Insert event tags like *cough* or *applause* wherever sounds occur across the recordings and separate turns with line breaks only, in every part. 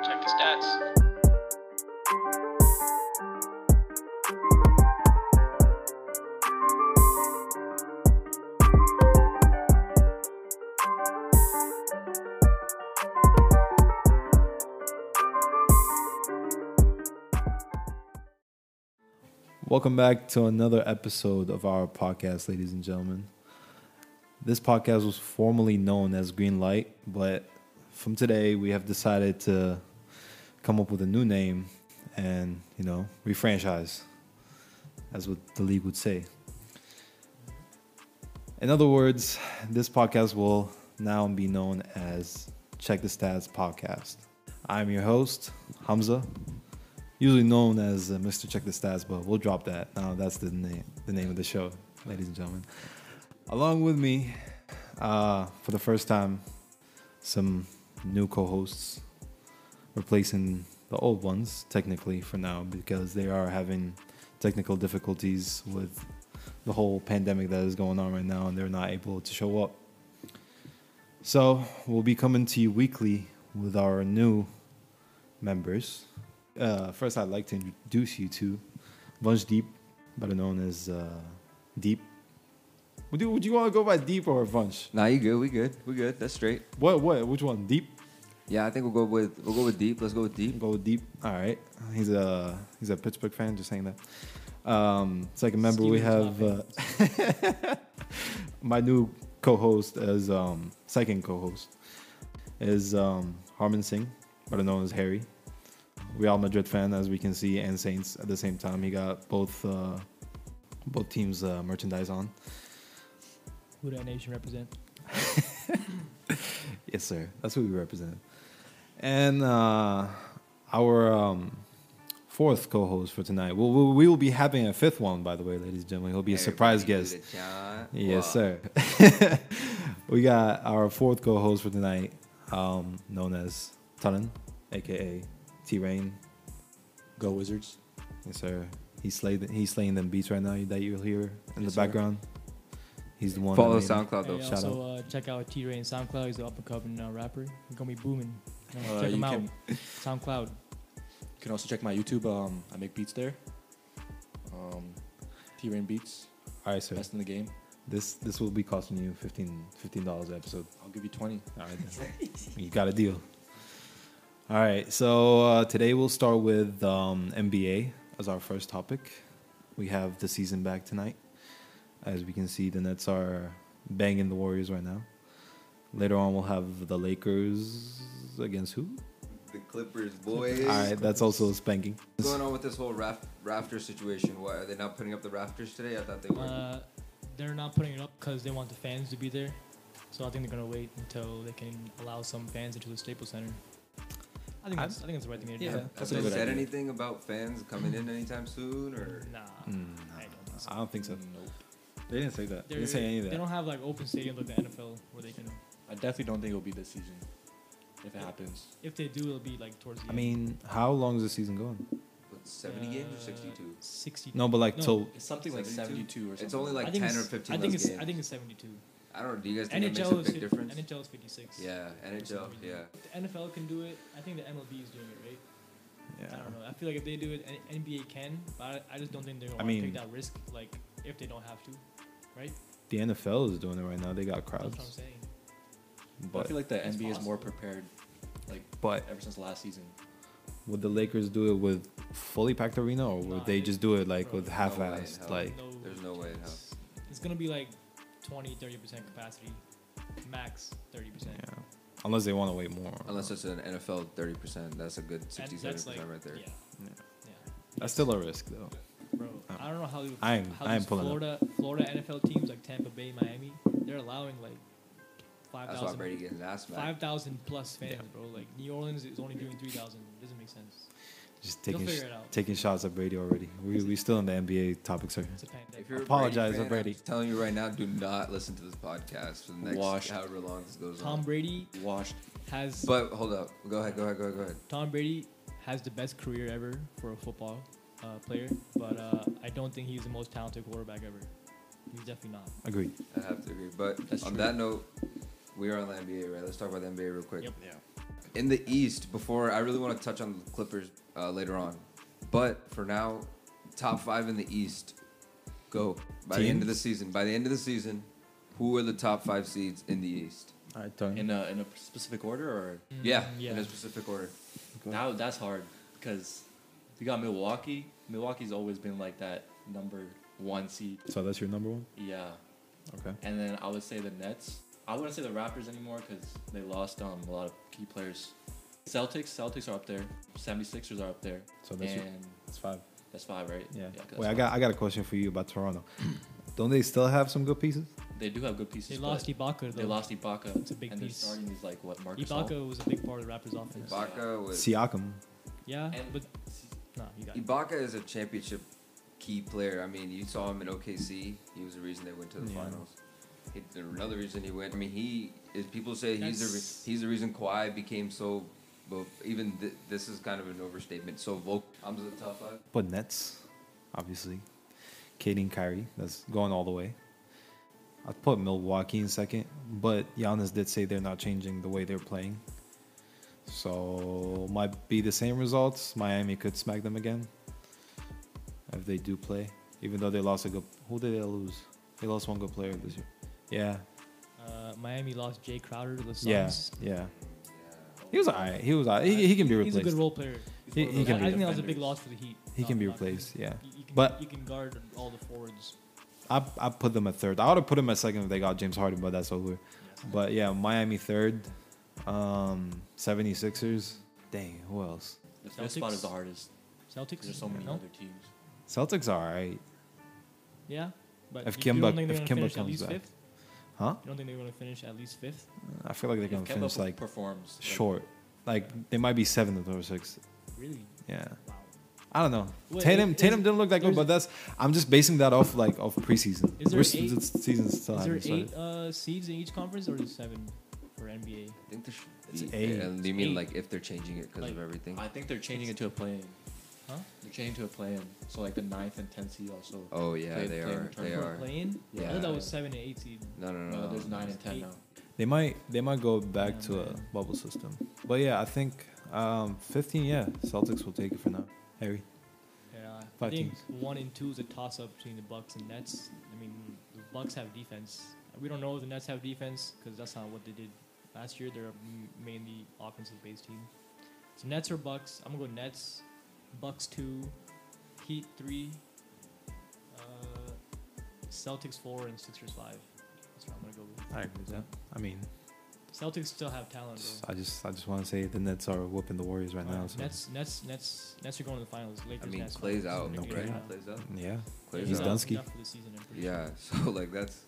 stats.
Welcome back to another episode of our podcast, ladies and gentlemen. This podcast was formerly known as Green Light, but from today we have decided to come up with a new name and, you know, refranchise, as what the league would say. In other words, this podcast will now be known as Check the Stats Podcast. I'm your host, Hamza, usually known as uh, Mr. Check the Stats, but we'll drop that. Now that's the name, the name of the show, ladies and gentlemen. Along with me, uh, for the first time, some new co-hosts replacing the old ones technically for now because they are having technical difficulties with the whole pandemic that is going on right now and they're not able to show up. So we'll be coming to you weekly with our new members. Uh, first, I'd like to introduce you to Bunch Deep, better known as uh, Deep. Would you, would you want to go by Deep or Bunch?
Nah, you good. We good. We good. That's straight.
What what? Which one? Deep?
Yeah, I think we'll go with we'll go with deep. Let's go with deep.
Go with Deep. All right. He's a he's a Pittsburgh fan. Just saying that. Um, second member we have uh, *laughs* my new co-host as um, second co-host is um, Harmon Singh, better known as Harry. Real Madrid fan, as we can see, and Saints at the same time. He got both uh, both teams' uh, merchandise on.
Who that nation represent?
Yes, sir. That's who we represent. And uh, our um, fourth co-host for tonight. We'll, we'll, we will be having a fifth one, by the way, ladies and gentlemen. He'll be a surprise guest. Yes, sir. *laughs* we got our fourth co-host for tonight, um, known as Taran, aka T Rain.
Go Wizards.
Yes, sir. He's slaying he's slaying them beats right now that you'll hear in
Yes,
the
sir.
background. He's the one. that
Follow
made it.
SoundCloud though.
Hey,
shout
also uh, check out T Ray and SoundCloud. He's an up and coming uh, rapper. He's gonna be booming. You know,
Uh,
check
you
him out. *laughs*
can-
SoundCloud.
You can also check my YouTube. Um, I make beats there. Um, T Rain Beats,
All right, sir.
best in the game.
This this will be costing you 15 dollars an episode.
I'll give you twenty.
All right, then. you got a deal. All right, so uh, today we'll start with um, NBA as our first topic. We have the season back tonight. As we can see, the Nets are banging the Warriors right now. Later on, we'll have the Lakers against who?
The Clippers boys.
All right, that's also a spanking.
What's going on with this whole raft, rafter situation? Why are they not putting up the rafters today? I thought they were.
Uh, they're not putting it up because they want the fans to be there. So I think they're gonna wait until they can allow some fans into the Staples Center. I think
I'm-
that's, I think that's the right thing to do.
yeah.
Have
that's a
they
good
said
idea.
anything about fans coming in anytime soon? Or
Nah.
Mm,
I don't think so.
I don't think so.
Nope.
They didn't say that. They
They're-
didn't say any of
They
that.
don't have like open stadiums like the NFL where they can.
I definitely don't think it'll be this season. If it happens,
If they do, it'll be like towards the.
I
end.
mean, how long is the season going?
what, seventy games or sixty-two?
Uh, Sixty.
No, but like
No.
till
it's something like
72?
seventy-two or something.
It's only like
I think
ten or
it's-
fifteen.
I think
less
it's. I
games.
think it's seventy-two.
I don't know. Do you guys think that
NHL
makes
is
a big difference?
NHL is 56.
Yeah, NHL.
reason.
Yeah.
The NFL can do it. I think the MLB is doing it, right?
yeah.
I don't know. I feel like if they do it, N- NBA can, but I, I just don't think they're
I
going to
mean-
take that risk, like, if they don't have to.
The NFL is doing it right now. They got
That's what I'm
crowds,
saying.
But I
but
feel like the
It's
NBA is more
possible.
prepared. Like
but
ever since last season,
Would the Lakers do it with fully packed arena, or would
Nah,
they
they-
just do it like
bro,
with
no
half
way in
assed?
hell.
Like,
no,
There's no way in hell.
it's, it's going to be like 20, 30% capacity, max 30%.
yeah. unless they want to wait more.
Unless it's an NFL thirty percent, that's a good
And
60
that's
70
like,
percent right there.
yeah.
Yeah.
Yeah.
that's still a risk, though.
Bro,
Um,
I don't know how,
I am-
how
I am
these
pulling up.
Florida, Florida NFL teams like Tampa Bay, Miami, they're allowing like
That's why
5,000
Brady gets an ass smack.
Five thousand plus fans, bro. Like New Orleans is only doing three thousand. Doesn't make sense.
Just taking
figure
sh-
it out.
taking shots at Brady already. We we still in the NBA topic, sir.
It's a pandemic.
If you're a
Apologize,
Brady fan,
Brady.
I'm just telling you right now, do not listen to this podcast for the next
Washed.
however long this goes
Tom
on.
Brady
washed.
has
But hold up, go ahead, go ahead, go ahead, go ahead.
Tom Brady has the best career ever for a football uh, player, but uh, I don't think he's the most talented quarterback ever. He's definitely not.
Agreed.
I have to agree. But
That's
on
true.
that note, we are on the NBA, right? Let's talk about the NBA real quick.
Yep.
Yeah.
in the East, before I really want to touch on the Clippers uh, later on, but for now, top five in the East. Go by the end of the season. By the end of the season, who are the top five seeds in the East?
All right, Tony.
in a in a specific order or
Yeah,
Mm, yeah.
in a specific order.
Go.
now that's hard because you got Milwaukee. Milwaukee's always been like that number one seed.
So that's your number one.
Yeah,
Okay.
and then I would say the Nets. I wouldn't say the Raptors anymore because they lost um, a lot of key players. Celtics, Celtics are up there. 76ers are up there.
So that's your,
and
that's five.
that's five, right?
Yeah.
'cause that's
Wait, I
five.
got I got a question for you about Toronto. Don't they still have some good pieces?
They do have good pieces.
They
but
lost Ibaka though.
They lost Ibaka.
It's a big
and
piece.
they're starting these like what Marcus All?
Ibaka was a big part of the Raptors' offense.
Ibaka was
Siakam.
Yeah,
And-
but no, you got it.
Ibaka is a championship key player. I mean, you saw him in OKC. He was the reason they went to the
Yeah.
finals. He, there- another reason he went. I mean, he is. People say he's the
That's-
re- he's the reason Kawhi became so. But even th- this is kind of an overstatement. So vocal. I'm the top five.
But Nets, obviously. Katie and Kyrie, that's going all the way. I'd put Milwaukee in second, but Giannis did say they're not changing the way they're playing. So might be the same results. Miami could smack them again if they do play. Even though they lost a good who did they lose? They lost one good player this year. Yeah.
Uh, Miami lost Jay Crowder to the Suns.
Yeah. Yeah. He was alright. He was alright. He, he can be
He's a
replaced.
good role player.
He's
He-
one of
he
those
I,
can
I
be
think that was a
defenders.
big loss for the Heat.
He
not
can be
Rockets.
replaced, yeah.
You, you can,
But-
you can guard all the forwards.
I I put them at third. I would have put them at second if they got James Harden, but that's over. But yeah, Miami third. Um 76ers. Dang, who else?
The fifth spot
Celtics?
is the hardest. 'cause
Celtics.
There's so many
No?
other teams.
Celtics are alright.
Yeah, but
If
you, you
Kemba-
don't think they're
if
gonna
Kemba
finish at
comes
least
back.
fifth?
Huh?
You don't think they're gonna finish at least fifth?
I feel like they're
If
gonna
Kemba
finish
per-
like
performs like,
short. Like they might be seventh or sixth.
Really?
Yeah.
Wow.
I don't know.
Wait,
Tatum
is-
Tatum didn't look that good,
there's-
but that's I'm just basing that off like of preseason.
Is there
We're s-
eight-
the season's still
Is there
haven't started.
eight uh, seeds in each conference, or is it seven for NBA?
I think there should
It's
be-
eight.
And you mean
Eight.
like if they're changing it because
Like,
of everything?
I think they're changing it to a play-in.
Huh?
They're changing to a play-in. So like the ninth and tenth seed also.
Oh yeah,
Play-
they
play in
are.
the
They
For
are.
playing? I
Yeah.
thought that was seven and eight seed.
No, no, no.
No, Uh, there's nine
it's
and ten
eight.
now.
They might they might go back
Yeah,
to a
man.
bubble system. But yeah, I think um, 15, yeah, Celtics will take it for now. Harry.
Yeah, I
Five
think one and two is a toss up between the Bucks and Nets. I mean, the Bucks have defense. We don't know if the Nets have defense because that's not what they did last year. They're a m- mainly offensive based team. So Nets or Bucks? I'm gonna go Nets. Bucks two, Heat three, uh, Celtics four, and Sixers five. That's what I'm gonna go with.
I agree with that. I mean,
Celtics still have talent. Bro.
I just I just want to say the Nets are whooping the Warriors right now.
Alright,
So.
Nets, Nets, Nets, Nets are going to the finals. Lakers,
I mean,
Nets,
Clay's
finals.
out.
No
right?
Clay.
Clay's out.
Yeah.
Clay's
He's
out.
done.
out.
Dunsky.
out for the season, I'm pretty
Yeah. *laughs* So like that's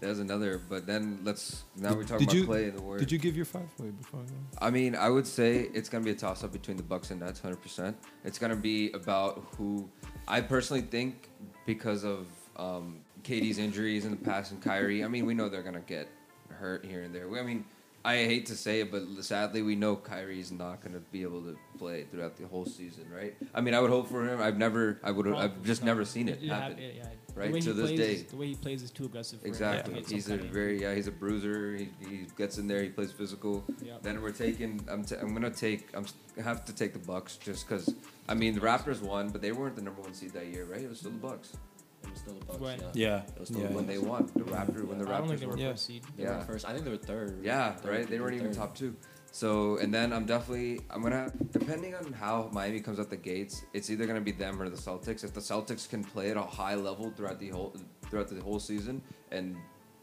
that's another. But then let's now we're talking
Did
about
you-
Clay and the Warriors.
Did you give your five away before I go?
I mean, I would say it's gonna be a toss-up between the Bucks and Nets, hundred percent. It's gonna be about who. I personally think because of um, KD's injuries in the past and Kyrie. I mean, we know they're gonna get hurt here and there. We- I mean, I hate to say it, but sadly, we know Kyrie's not gonna be able to play throughout the whole season, right? I mean, I would hope for him. I've never, I would, I've
Probably
just
not.
never seen it
You have-
happen.
yeah, yeah. The
right,
way
to
he
this
plays
day.
is- the way he plays is too aggressive. For him. You have to
Exactly.
get some
He's a
kind of-
very yeah. He's a bruiser. He, he gets in there. He plays physical.
Yeah.
Then we're taking. I'm. T- I'm gonna take. I'm s- have to take the Bucks just because. I mean, the Raptors won, but they weren't the number one seed that year, right? It was still the Bucks.
It was still the Bucks.
Right.
Yeah.
Yeah. It was
So
Yeah.
when they won, the Raptor when the
I don't think
Raptors
they
were.
were
Yeah.
first seed.
They
Yeah.
were first. I think they were third.
Yeah.
Third,
Right. They weren't even
third.
top two. So and then I'm definitely. I'm gonna depending on how Miami comes out the gates. It's either gonna be them or the Celtics. If the Celtics can play at a high level throughout the whole throughout the whole season and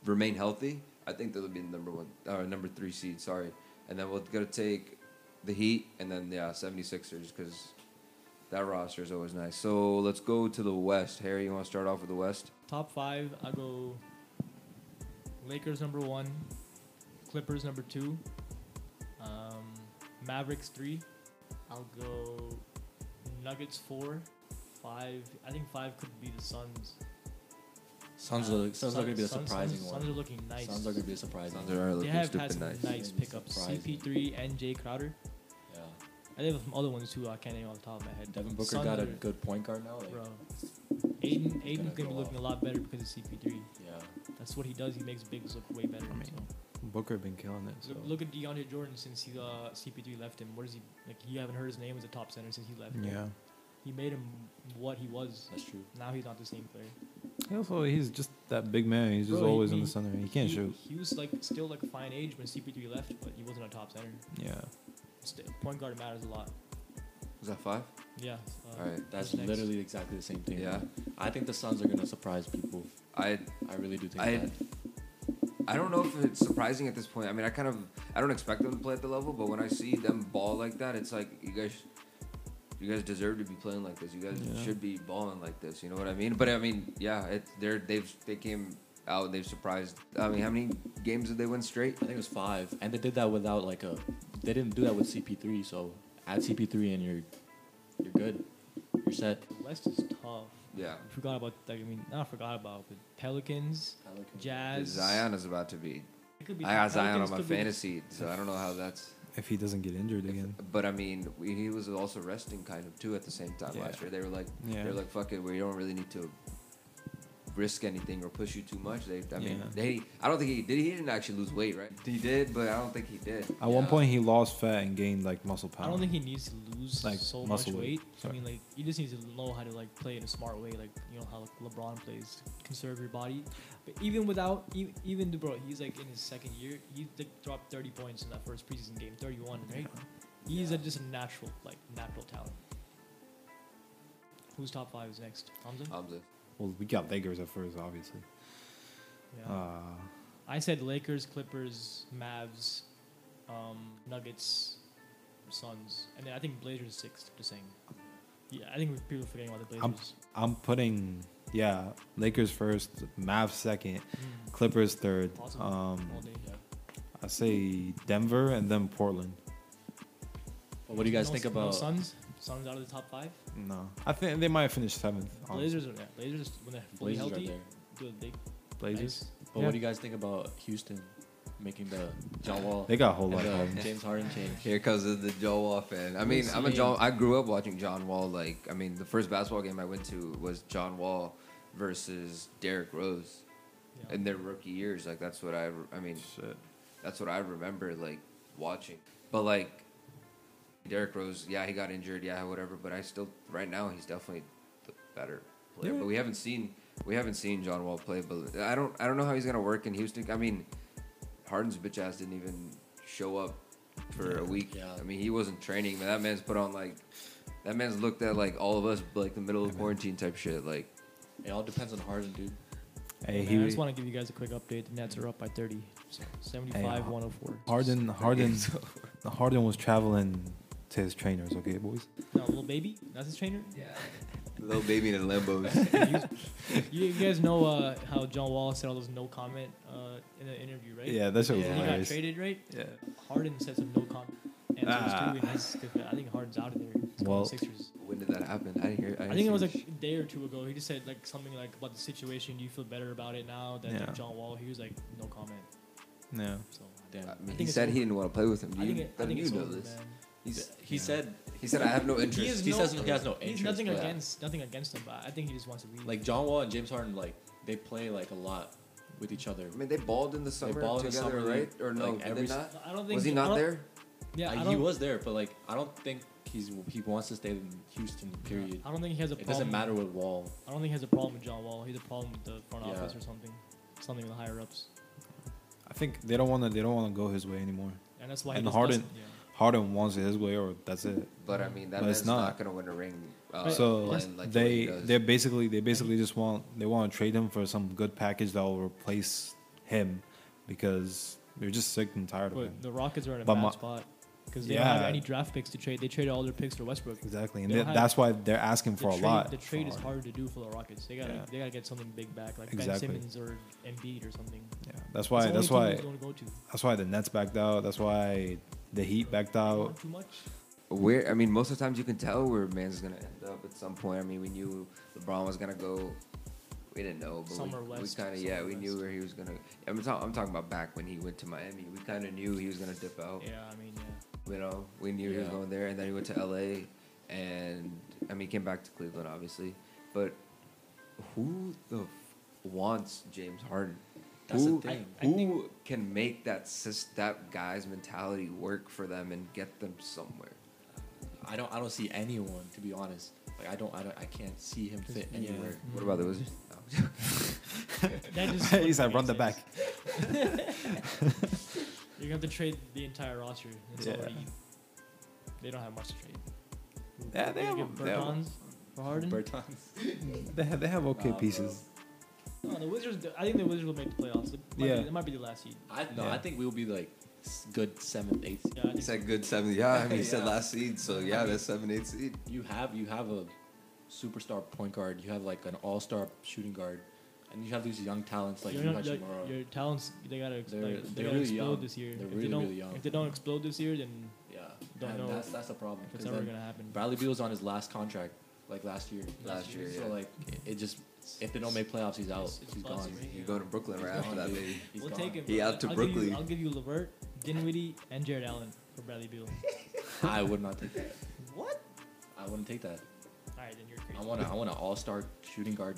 remain healthy, I think they'll be the number one or number three seed. Sorry, and then we're gonna take the Heat and then yeah 76ers because that roster is always nice. So let's go to the West. Harry, you want to start off with the West?
Top five, I go. Lakers number one, Clippers number two, um, Mavericks three. I'll go Nuggets four, five. I think five could be the Suns.
Suns,
Uh,
are, Suns, are
Sun-
gonna be the
Suns-
surprising
Suns,
one.
Suns are looking nice.
Suns are gonna be a surprising.
Suns are
they
looking
have had
stupid
some
nice.
nice,
Surprising.
pickups. CP3 and Jay Crowder.
Yeah.
And they have some other ones too. I can't name off the top of my head.
Devin Booker
Suns
got a
are-
good point guard now. Like,
Bro, Aiden,
He's
Aiden's
gonna
gonna be
go
looking a lot better because of CP3.
Yeah.
That's what he does. He makes bigs look way better.
I mean,
so.
Booker been killing it. So.
Look- Look at DeAndre Jordan since he uh, CP3 left him. What is he like? You haven't heard his name as a top center since he left. right?
Yeah.
He made him what he was.
That's true.
Now he's not the same player.
Also, he's just that big man. He's just
Bro, he-
always in the
he-
center. He can't
he,
shoot.
He was like still like a fine age when CP3 left, but he wasn't a top center.
Yeah.
St- point guard matters a lot.
Is that five?
Yeah. Uh,
All right.
That's
Who's next?
literally exactly the same thing.
Yeah.
I think the Suns are gonna surprise people.
I
I really do think
I-
that.
I don't know if it's surprising at this point. I mean, I kind of I don't expect them to play at the level, but when I see them ball like that, it's like you guys, you guys deserve to be playing like this. You guys
Yeah.
should be balling like this. You know what I mean? But I mean, yeah, it, they're they've they came out. They've surprised. I mean, how many games did they win straight?
I think it was five, and they did that without like a. They didn't do that with CP3, so add CP3 and you're, you're good. You're set.
West is tough.
Yeah,
I forgot about. Like, I mean, not forgot about, but Pelicans, Jazz.
Zion is about to be.
It could be
I got Zion on
Pelicans
my
could be-
fantasy, so I don't know how that's.
If he doesn't get injured again.
But I mean, we, he was also resting kind of too at the same time
Yeah.
last year. They were like,
Yeah.
they're like, fuck it, we don't really need to risk anything or push you too much. They, I mean,
Yeah.
they, I don't think he did. He didn't actually lose weight, right? He did, but I don't think he did.
At one
Yeah.
point, he lost fat and gained like muscle power.
I don't think he needs to lose
Like,
so much
muscle
weight.
weight.
I
Sorry.
mean, like he just needs to know how to like play in a smart way, like you know how like, LeBron plays, conserve your body. But even without, e- even the bro, he's like in his second year, he like, dropped 30 points in that first preseason game, 31, right? He's a, just a natural, like natural talent. Who's top five is next? Hamza.
Hamza.
Well, we got Lakers at first, obviously.
yeah.
Uh,
I said Lakers, Clippers, Mavs, um, Nuggets, Suns, and then I think Blazers sixth. Just saying. Yeah, I think people are forgetting about the
I'm-
Blazers.
I'm putting, yeah, Lakers first, Mavs second,
Mm.
Clippers third.
Awesome.
Um,
All day.
I say Denver and then Portland.
But what do you guys
No-
think
no
about?
Suns? Suns out of the top five.
No, I think they might finish seventh. honestly.
Blazers are there. Blazers when they're fully
Blazers are
healthy,
there.
do a big
Blazers.
nice.
But
Yeah.
what do you guys think about Houston making the John Wall
They got a whole
and
lot. of
the um, James Harden change?
Here comes the, the John Wall fan. I mean, I'm a John. I grew up watching John Wall. Like, I mean, the first basketball game I went to was John Wall versus Derrick Rose
Yeah.
in their rookie years. Like, that's what I. I mean,
Shit.
That's what I remember like watching. But like Derrick Rose, yeah, he got injured, yeah, whatever. But I still, right now, he's definitely the better player.
Yeah.
But we haven't seen we haven't seen John Wall play. But I don't I don't know how he's gonna work in Houston. I mean, Harden's bitch ass didn't even show up for a week.
Yeah.
I mean, he wasn't training, but that man's put on like that man's looked at like all of us like the middle of quarantine type shit. Like
It all depends on Harden, dude.
Hey,
Man,
he,
I just want to give you guys a quick update. The Nets are up by 30, so oh 75, 104.
Harden, Harden, Harden was traveling to his trainers. Okay, boys.
No, little baby, that's his trainer.
yeah, *laughs* little baby in Lambos.
You, you guys know uh, how John Wall said all those no comment uh, in the interview, right?
Yeah, that shit was
He got
hilarious.
traded, right?
Yeah.
Harden said some no comment. And
Ah.
I think Harden's out of there. He's going
Well,
to Sixers.
When did that happen? I didn't hear. I,
I
didn't
think it was
see
like a day or two ago. He just said like something like about the situation. Do you feel better about it now that
Yeah.
John Wall? He was like no comment.
Yeah.
So
Damn.
I mean,
I
he
think it's
said he
over.
didn't want to play with him. You,
I think it, I
then
think
you
it's
know
over,
this.
man.
He's, he
Yeah.
said
He said, "I have no
He
interest."
is
he
no-
says he has no interest.
He's nothing
but-
against nothing against him, but I think he just wants to leave.
Like John Wall and James Harden, like they play like a lot with each other.
I mean, they balled in the summer
balled in the
together,
summer
right?
league,
Or no?
like,
did
every
they not?
I don't think
Was he
I
not
don't-
there?
Yeah, I
Like,
don't,
he was there, but like I don't think he's he wants to stay in Houston. Period.
I don't think he has a
It
problem.
doesn't matter with Wall.
I don't think he has a problem with John Wall. He has a problem with the front
Yeah.
office or something, something with the higher ups,
I think they don't want to. They don't want to go his way anymore.
and that's why.
And
he just
Harden-
doesn't- yeah.
Harden wants it his way, or that's it.
But I mean, that
No, it's
man's not,
not.
gonna win a ring. Uh,
But-
so
playing like the way
they
he does.
they basically they basically just want they want to trade him for some good package that will replace him because they're just sick and tired of him.
But the Rockets are in a
But
bad
my-
spot because they don't have
Yeah.
any draft picks to trade. They traded all their picks for Westbrook.
Exactly, and
they
tha-
don't have-
that's why they're asking for
the
a
trade,
lot.
The trade
for
is
Harden.
hard to do for the Rockets. They gotta
Yeah.
they gotta get something big back, like Ben
Exactly.
Simmons or Embiid or something.
Yeah, that's
It's
why.
the only
That's
team
why.
they don't go to.
That's why the Nets backed out. That's why the Heat backed out.
Not too much.
where I mean, most of the times you can tell where man's gonna end up at some point. I mean, we knew LeBron was gonna go. We didn't know, but
Somewhere
we,
west,
we kind of yeah,
somewhere
we knew
west.
where he was gonna. I'm, ta- I'm talking about back when he went to Miami. We kind of knew he was gonna dip
Oh.
out.
Yeah, I mean,
*laughs*
yeah.
You know, we knew he was
Yeah.
going there, and then he went to LA, and I mean, he came back to Cleveland, obviously. But who the f- wants James Harden?
That's
who
the thing.
I
who
think-
can make that sis, that guy's mentality work for them and get them somewhere?
I don't. I don't see anyone to be honest. Like I don't. I don't. I can't see him fit
Yeah.
anywhere.
What about the Wizards?
Mm.
No.
That just
He's like,
wouldn't
run the
make
back.
sense. *laughs* You're gonna have to trade the entire roster. It's
Yeah.
already- they don't have much to trade.
Yeah, they
You
have-
get
they have-
Bertans for Harden.
Bertans. Uh,
They have, they have okay
Nah, bro.
pieces.
no, the Wizards. I think the Wizards will make the playoffs. It might
Yeah.
be, it might be the last seed.
I no.
Yeah.
I think we'll be like s- good seventh, eighth.
Yeah, I
He
think
said good seven. Yeah, I mean, he said
*laughs* Yeah.
last seed, so yeah, that's seven, eight seed.
You have you have a superstar point guard. You have like an all star shooting guard, and you have these young talents like
your,
Yu
your,
Hachimura.
your talents. They gotta, ex-
They're-
like, they
they're
gotta
really
explode
young.
this year.
They're
if
really,
they don't,
really young.
if they don't explode this year, then
yeah.
Don't
and
know
that's that's the problem.
it's
'cause
never
then
gonna happen.
Bradley Beal's on his last contract, like last year.
Last year, yeah.
So like it just if they don't make playoffs, he's out.
It's- it's
he's
bust
gone.
right
You
here.
go to Brooklyn right
He's
after
gone,
that,
dude.
baby.
He's
we'll
gone.
take him.
He
bro.
out to
I'll give you-
Brooklyn.
I'll give you Levert, Dinwiddie, and Jared Allen for Bradley
*laughs*
Beal.
*laughs* I would not take that.
What?
I wouldn't take that.
All right, then you're crazy.
I want to. I want an all-star shooting guard.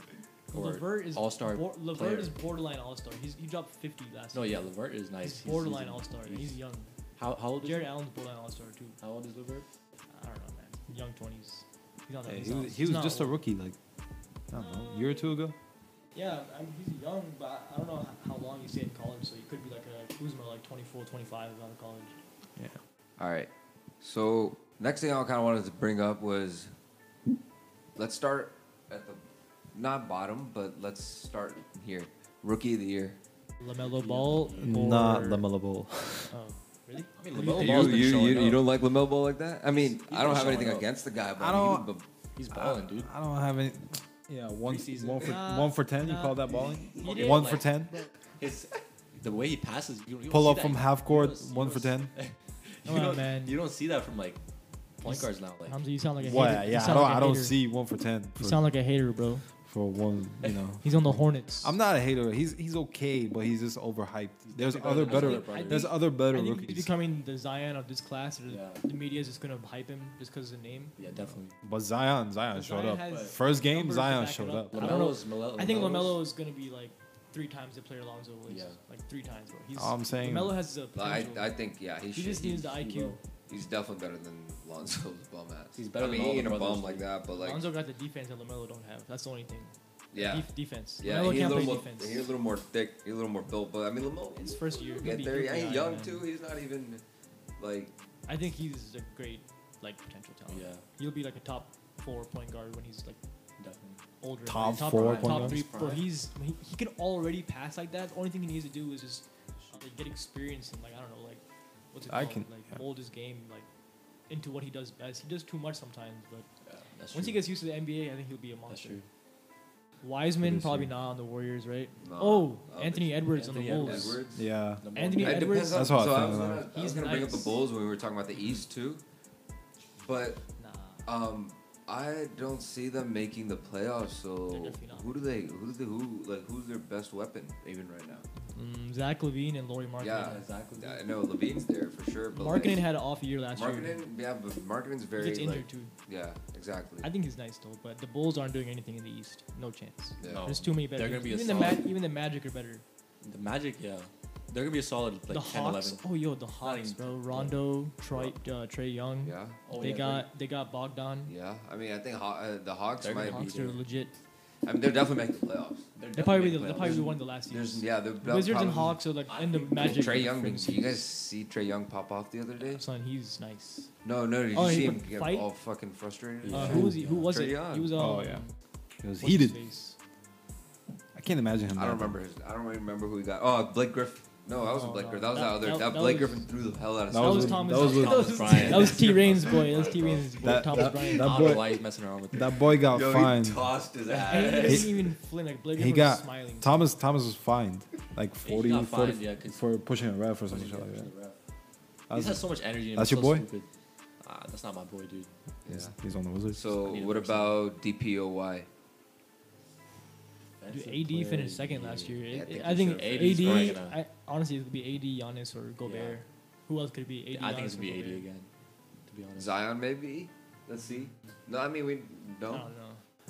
Or
Levert is
all-star
bor- Levert
player.
is borderline all star. He's he dropped fifty last.
no,
year.
yeah, Levert is nice.
he's
He's-
borderline
he's-
all star.
he's-
He's young.
How how old is
Jared
he?
Allen's borderline all star too.
How old is Levert?
I don't know, man. Young twenties. He's not that.
Yeah,
he's
he
not-
was, he
he's
was
not
just a
old.
rookie, like, I don't know, a year or two ago.
Yeah, I mean, he's young, but I- I don't know h- how long he stayed in college. So he could be like a Kuzma, like 24, 25 out of college.
Yeah.
All right. So next thing I kind of wanted to bring up was, let's start at the, not bottom, but let's start here. Rookie of the year.
Lamelo Ball.
Not Lamelo Ball.
Oh, *laughs* really?
I mean,
You,
Lamelo Ball's
you,
been
you,
showing
you
up.
don't like Lamelo Ball like that? I mean,
He's
I don't
been
have anything
showing up.
against the guy, but
I don't-
he- but
He's balling, dude.
I don't have any. Yeah, one,
Preseason.
one, for,
Nah,
one for 10, you
nah.
call that balling?
He
Okay,
did,
One
like-
for 10?
His the way he passes. You, don't- you don't
Pull
see
up
that.
from
You
half court,
don't- you
one for
don't s-
*laughs*
10?
You
Come on,
don't,
man.
You don't see that from like point
He's-
guards now. Like
Hamza, you sound like a
What?
hater. You
Yeah, I
sound
don't,
like a
I don't
hater.
see one for 10
You
for,
sound like a hater, bro.
for one, you know.
He's on the Hornets.
I'm not a hater. He's he's okay, but he's just overhyped. There's
definitely
other
better than
Oh, better.
Bradley Beal.
There's other better
I think he's
rookies.
becoming the Zion of this class. Or
Yeah.
The media is just gonna hype him just because of the name.
yeah, definitely.
But Zion, Zion
But
showed
Zion
up.
has
First game,
numbers to
Zion
back it
showed
up.
up.
I don't know.
Lamelo's, Melo-
I think
Lamelo's-
Lamelo is gonna be like three times the player Alonzo was.
Yeah.
Like three times, bro. He's,
All I'm saying-
Lamelo has the
I,
potential.
I think, yeah, he,
he
should.
just needs the
he
IQ.
will.
he's definitely better than Lonzo's bum ass.
He's better
I mean,
than all
he
the
ain't a
brothers.
bum like that, but like,
Alonzo got the defense that Lamelo don't have. That's the only thing.
yeah.
Def- defense.
Yeah,
Lamelo
he's a
can't
little
play
more,
defense.
he's a little more thick, he's a little more built, but I mean, Lamelo,
His first year.
he'll
he'll be-
get there.
he'll
Yeah,
be
he's
all
young
right,
too.
man.
He's not even like
I think he's a great like potential talent.
Yeah,
He'll be like a top four point guard when he's like
definitely.
older.
Top
top
four
top,
point guard?
three. Bro,
Prime.
he's he, he can already pass like that. The only thing he needs to do is just like, get experience and like I don't know like what's it
I
called?
can-
like
yeah.
mold his game like into what he does best. He does too much sometimes, but
Yeah, that's
once he
true.
gets used to the NBA, I think he'll be a
that's
monster.
true.
Wiseman
This
probably
year.
not on the Warriors, right?
Uh,
No.
oh,
Oh,
Anthony Edwards
Anthony
on the Wolves.
Edwards.
Edwards.
Yeah.
Lamelo-
Anthony
I-
It
Edwards-
depends on,
That's what I
so I
think
was
about.
gonna, I was
He's
gonna bring up the
nice.
Bulls when we were talking about the East too, but
Nah,
um, I don't see them making the playoffs.
They're
So
definitely not.
who do they? Who do they? Who like? Who's their best weapon even right now?
mm, Zach Levine and Laurie Markkinen.
Yeah.
Exactly.
Yeah, I know Levine's there for sure, but
Markkinen
like,
had an off year last year.
marketing. Yeah, but marketing's
He
very
gets injured
like,
too.
yeah, exactly.
I think he's nice though, but the Bulls aren't doing anything in the East. No chance.
yeah.
No.
There's too many better.
They're gonna
teams.
be a
even the
solid-
Ma- even the Magic are better.
The Magic, yeah. They're going to be a solid like
the
10,
Hawks.
11.
Oh yo, the Hawks,
even-
bro. Rondo, Troy, uh, Trey Young.
yeah,
Oh,
they
yeah,
got they got Bogdan.
yeah. I mean, I think Haw- uh, the Hawks
They're
might
gonna
The
be.
Hawks
be
are
there.
legit.
I mean, they're definitely making the playoffs.
They're
They probably be
definitely
the, they
making
probably be
playoffs.
one of the last
There's
teams.
yeah, they're
Wizards and
probably-
Hawks are like
I
in the
think-
Magic.
Trey
are
Young,
friends.
did you guys see Trey Young pop off the other day?
Son, he's nice.
No, no, did you
Oh, he
see him
would
get
fight?
all fucking frustrated?
Uh,
Yeah.
who was he? Who was
Trae
it?
Young.
He was um,
Oh, yeah. It was
what's his
heated.
face?
I can't imagine him.
I don't
that.
remember his. I don't really remember who he got. Oh, Blake Griffin. No, that wasn't
No,
Blake
no,
Griffin. That was
Oh, that-
that, other.
that-
That,
that
Blake
was-
Griffin threw the hell out of.
That
That
was
was
with-
Thomas.
that was with-
Thomas Bryant.
That was T Rain's boy. That was T Rain's boy.
That-
Thomas
that-
Bryant.
that
*laughs* I don't know
boy-
why he's messing around with
That boy got
Yo,
fined.
He tossed his
And he
ass.
didn't
He-
even fling like Blake
he
Griffin
got-
was smiling.
Thomas Thomas was fined like
Yeah, he
40,
got
40
fined, yeah, 'cause-
for pushing a ref or something
Yeah,
like that.
the ref.
That
He
was-
has so much energy. in him,
That's
he's
your
so
boy?
Stupid. Ah, that's not my boy, dude.
yeah.
he's- He's on the Wizards.
So
I need
what
to-
about DPOY?
Defensive
Dude, AD
player of
finished
the
second last year.
Yeah, I
It-
think
I
he
think,
should've finished
AD.
second.
I, honestly, it could be AD, Giannis, or Gobert. Who else could it be? AD,
I think it's
Giannis, or
gonna be AD
Gobert?
again. To be honest,
Zion maybe. Let's see. No, I mean we
I
don't.
don't know.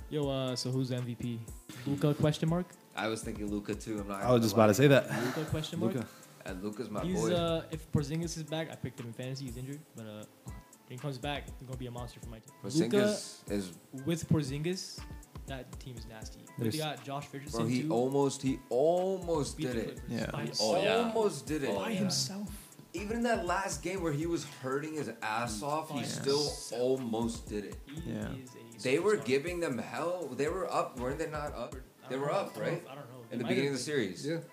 Yo, uh, so who's MVP? Luca? Question mark.
I was thinking Luca too. I'm not.
I was
gonna
just about
lie.
to say that.
Luka question mark.
Luca.
And Luca's my
He's
boy.
uh, if Porzingis is back, I picked him in fantasy. He's injured, but uh, when he comes back, he's gonna be a monster for my team. Luka
Porzingis is
with Porzingis, that team is nasty. But they
There's-
got Josh Richardson
bro. He
too.
almost he almost
beat
did
the
it.
Clippers
Yeah.
by
He
himself.
Oh, yeah.
Almost did it.
Oh,
by
yeah.
himself.
Even in that last game where he was hurting his ass
Mm,
off, he
Yeah.
still almost did it.
He
Yeah.
is a
They were
superstar.
giving them hell. They were up, weren't they? Not up
I
They
don't
were
know.
up,
I don't know
right?
if- I don't know. They
in the
might
beginning of
have
the series
It,
against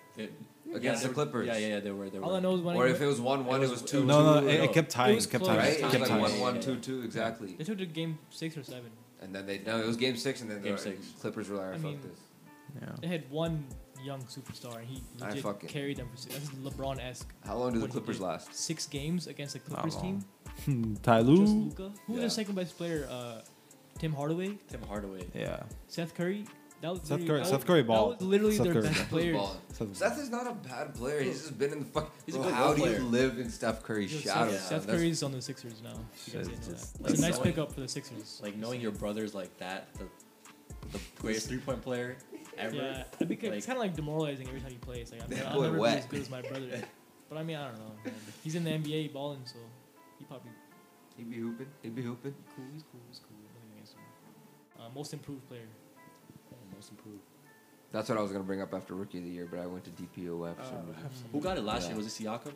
yeah,
the
they were-
Clippers.
Yeah, yeah, yeah, they were. They
been.
were.
All I know is when
Or
I
if it was one one,
It
it was
was- it
two.
was-
No, no,
two,
it,
no.
it kept
It
tying,
was
kept
close.
tying,
right? It was
kept
like
tying.
one one
Yeah.
two two exactly.
they took the game six or seven.
And then they no, it was game six, and then the
Game six.
Clippers were like,
I
"Fuck
mean,
this."
They had one young superstar, and he
I
legit
fucking-
carried them for six. That's LeBron esque.
How long do the
what he
Clippers
did.
last?
Six games against a
Not
Clippers
long.
team.
*laughs* Yeah.
Just
Tyloo.
Luca. Who was
Yeah.
their second best player? Uh, Tim Hardaway,
Tim Hardaway.
Yeah.
Seth Curry. That was
Seth
literally-
Curry-
that
Seth
was-
Curry
that
ball.
was literally
Seth
their
Curry
best
ball.
players.
Balling.
So-
Seth is not a bad player. He's just been in the fuck.
He's a
Bro,
good
how
role
do you
player.
live in Steph Curry's
Yo,
shadow?
Seth, Seth
That's-
Curry's on the Sixers now. if You guys
Shit,
didn't know
it's-
that. That's a
like
nice
knowing-
pickup for the Sixers.
Like knowing your brother's like that, the, the
*laughs*
greatest three point player ever.
Yeah, I think it's
*laughs* Like-
kind of like demoralizing every time he plays. Like, I mean,
That
I'll
boy
never
wet.
be as good as my brother. but I mean, I don't know. Man. He's in the NBA balling, so he probably
He'd be hooping. He'd be hooping.
cool. He's cool. He's cool. Nothing against him. Uh, most improved player.
Most improved.
That's what I was gonna bring up after Rookie of the Year, but I went to DPOF. for
Uh,
Oh,
some reason.
Who got it last
Yeah.
year? Was it Siakam?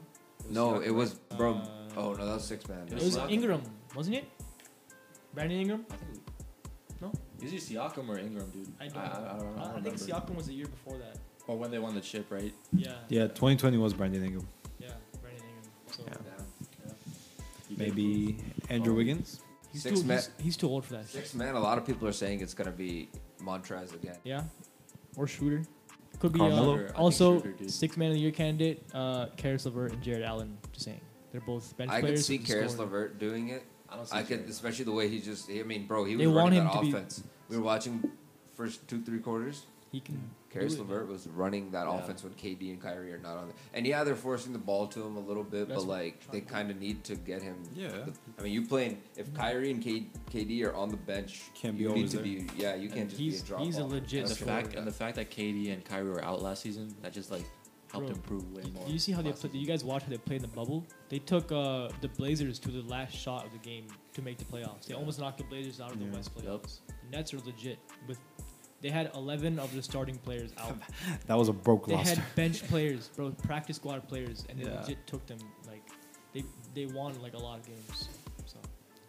no,
Siakam,
it was
right?
bro.
Uh,
oh no, that was six man.
it
It
was
was
Siakam.
Ingram, wasn't it? Brandon Ingram.
right? I think. it-
No?
Is it Siakam or Ingram, dude?
I don't.
I, I,
know.
I don't know.
I,
I,
I think
remember.
Siakam was the year before that.
Or when they won the chip, right?
Yeah.
Yeah, 2020 was Brandon Ingram.
Yeah, Brandon Ingram. So
Yeah.
You did.
Maybe Andrew
Oh.
Wiggins.
he's,
Six
too,
ma-
he's, he's too old for that.
Six man. A lot of people are saying it's gonna be Montrez again.
Yeah, or shooter. Could be uh,
Carmelo?
Shooter, I think
also
shooter, dude.
six man of the year candidate, uh, Karis LeVert and Jared Allen. Just saying, they're both bench
I
players.
could see
with
Karis
scoring.
LeVert doing it.
I don't see.
I could,
Jared.
especially the way he just. I mean, bro, he was
They want
running
him
that
to be-
offense. We were watching first two three quarters.
He can.
Karis
do it,
LeVert was running that
Yeah.
offense when KD and Kyrie are not on. The, and yeah, they're forcing the ball to him a little bit,
That's
but
what
like
I'm
they
trying to do.
kind of need to get him.
Yeah.
the- I mean, you playing if Kyrie and K, KD are on the bench,
Can't be
you need
always
to
there.
be. Yeah, you can't
And
just
He's
be a drop
he's a
off.
legit.
And the
scorer.
fact and the fact that KD and Kyrie were out last season, that just like helped
Bro,
improve way
You-
more.
you see how they
last
played? You
season.
guys watch how they played in the bubble? They took uh, the Blazers to the last shot of the game to make the playoffs. They
Yeah.
almost knocked the Blazers out of
Yeah.
the West
Yup.
playoffs. The Nets are legit with. They had 11 of the starting players out.
*laughs* That was a broke
They
roster.
had bench players, bro, practice squad players, and they
Yeah.
legit took them. Like, they they won like a lot of games. So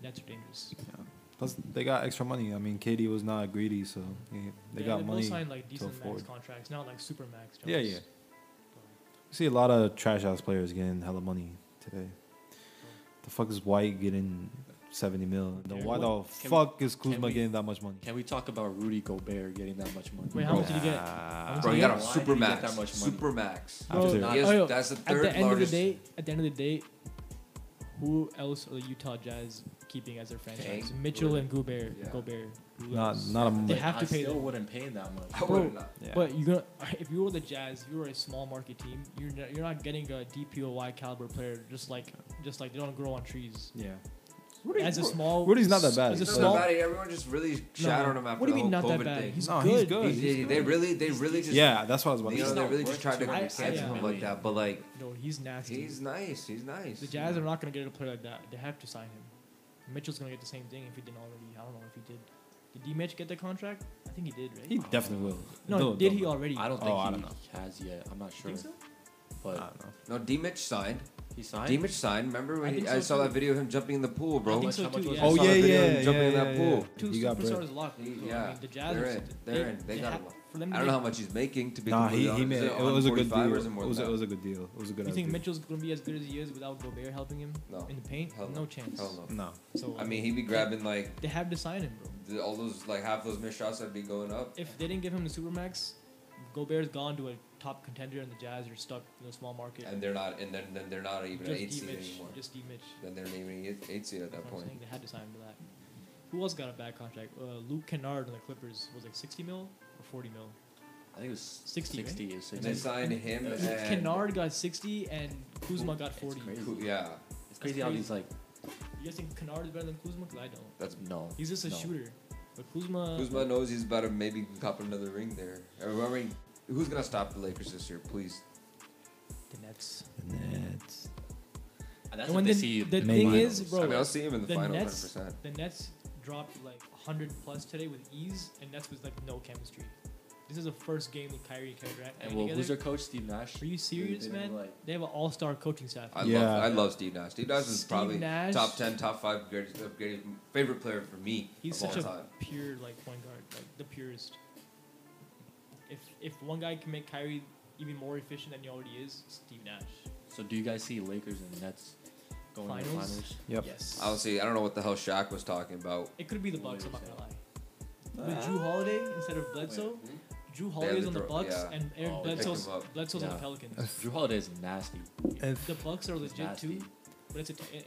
Nets are dangerous.
Yeah. *laughs* Plus, they got extra money. I mean, KD was not greedy, so he- they
Yeah,
got
they
money.
Both signed like decent max
afford.
contracts, not like super max.
Yeah,
jobs.
yeah. see a lot of trash ass players getting hella money today. The fuck is White getting 70 mil? Then
Derrick
why the
we-
fuck is
can
Kuzma
we-
getting that much money?
Can we talk about Rudy Gobert getting that much money?
Wait, how
Bro,
much did he get?
Nah.
Bro, you got a
Why did
super
he get
max.
that much money?
Super max.
Bro,
After-
Not-
He is-
oh, yo,
that's the
at
third
the end of the
largest.
day, at the end of the day, who else are the Utah Jazz keeping as their franchise?
Tank,
Mitchell
or-
and Gobert.
yeah.
Gobert. Who
Not,
else?
not a.
They
m-
have to
I
pay
still
them.
wouldn't pay him that much.
*laughs* I
Bro,
would not.
Yeah.
But you gonna *laughs* if you were the Jazz, you were a small market team. You're not, you're not getting a DPOY caliber player just like just like they don't grow on trees.
yeah.
Rudy-
As a small,
Rudy's not that bad.
As a
He's not
small,
that bad. Everyone just really shat on him after
what do
the
you mean
whole
not
COVID
that bad?
thing.
He's
No,
good.
he's good.
They- they, they really, they really just.
Yeah, that's what I was about
You
to say.
know,
He's
they
not
really
worth
just tried to
two
I- I-
cancel him like
yeah.
that, but like
No, he's nasty.
he's nice, he's nice.
The Jazz are not going to get a player like that. They have to sign him. Mitchell's going to get the same thing if he didn't already. I don't know if he did. Did D Mitch get the contract? I think he did, right?
He definitely will.
no,
Don't-
did
don't
he
know.
already?
I don't
Oh,
think
I
he
don't know.
has yet. I'm not sure.
think so.
I
But
Uh,
don't know.
No, D Mitch signed.
he signed.
D Mitch signed. Remember
I
when he,
think
I
so
saw
too.
that video of him jumping in the pool, bro?
I think so
How much
too.
was
Yeah.
I
Oh,
saw
yeah,
that video
yeah,
of him jumping
yeah,
in that
yeah,
pool.
Two
He got bread.
superstars locked.
He-
so, I
yeah,
mean, the Jazz.
they're
are-
in, they're in, they got
have-
him.
For them,
I
to
don't know
get-
how much he's making to be
Nah, he,
completely
he
honest.
made
Is
it.
on
was a good
45
deal.
or
It
is more
was,
than
it
that?
was a good deal. It was a good.
You
ass
think
deal.
Mitchell's going to be as good as he is without Gobert helping him
No.
in the paint?
Hell
no.
no.
chance.
Hell no.
No.
So
I mean, he'd be grabbing like
they have to sign him, bro.
the, all those like half those missed shots that'd be going up.
If they didn't give him the supermax, Gobert's gone to a top contender, and the Jazz are stuck in a small market.
And they're not, and then, then they're not even an
just
eight
D
seed
Mitch,
anymore.
just D Mitch.
Then they're not even an eight seed at
That's what
that
I'm
point.
saying. They had to sign him to that. Who else got a bad contract? Uh, Luke Kennard on the Clippers was like 60 mil or 40 mil.
I think it was
60,
60.
right?
60 or
And
60.
they signed him
Luke
Luke
and
Kennard got 60 and Kuzma got
It's
40.
crazy.
Ku- Yeah,
It's crazy how
crazy.
he's like,
You guys think Kennard is better than Kuzma? 'Cause I don't.
that's
no.
He's just a
no.
shooter. But Kuzma.
Kuzma knows he's about to maybe cop another ring there. Or I mean, Who's gonna stop the Lakers this year? Please.
The Nets.
The Nets.
And
And that's what
when
they
the-
see.
the
in
thing
finals.
is, bro-
I mean, I'll see him in the,
the
final
Nets-
100%.
The Nets dropped like 100 plus today with ease, and Nets was like no chemistry. This is the first game with Kyrie and Kevin Durant.
And
playing
well,
together.
who's their coach? Steve Nash.
Are you serious,
They- they
man?
were like-
They have an all-star coaching staff.
I
Yeah.
love I love Steve Nash. Steve Nash is
Steve
probably
Nash-
top ten, top five greatest, of greatest favorite player for me
He's
of
such
all
a
time.
pure like point guard, like the purest. If if one guy can make Kyrie even more efficient than he already is, Steve Nash.
So do you guys see Lakers and Nets going to the
Finals?
finals?
Yep.
Yes.
Honestly, I don't know what the hell Shaq was talking about.
it could be the Bucks. I'm not gonna lie. With Drew Holiday instead of Bledsoe, Drew Holiday's
the
on the
throw-
Bucks
yeah.
and Eric
Oh, they picked
Bledsoe's
him up.
Bledsoe's on the
Yeah.
Pelicans.
hmm? Drew Holiday is nasty.
If
The Bucks are
He's
legit
nasty.
too, but it's a. T- eh,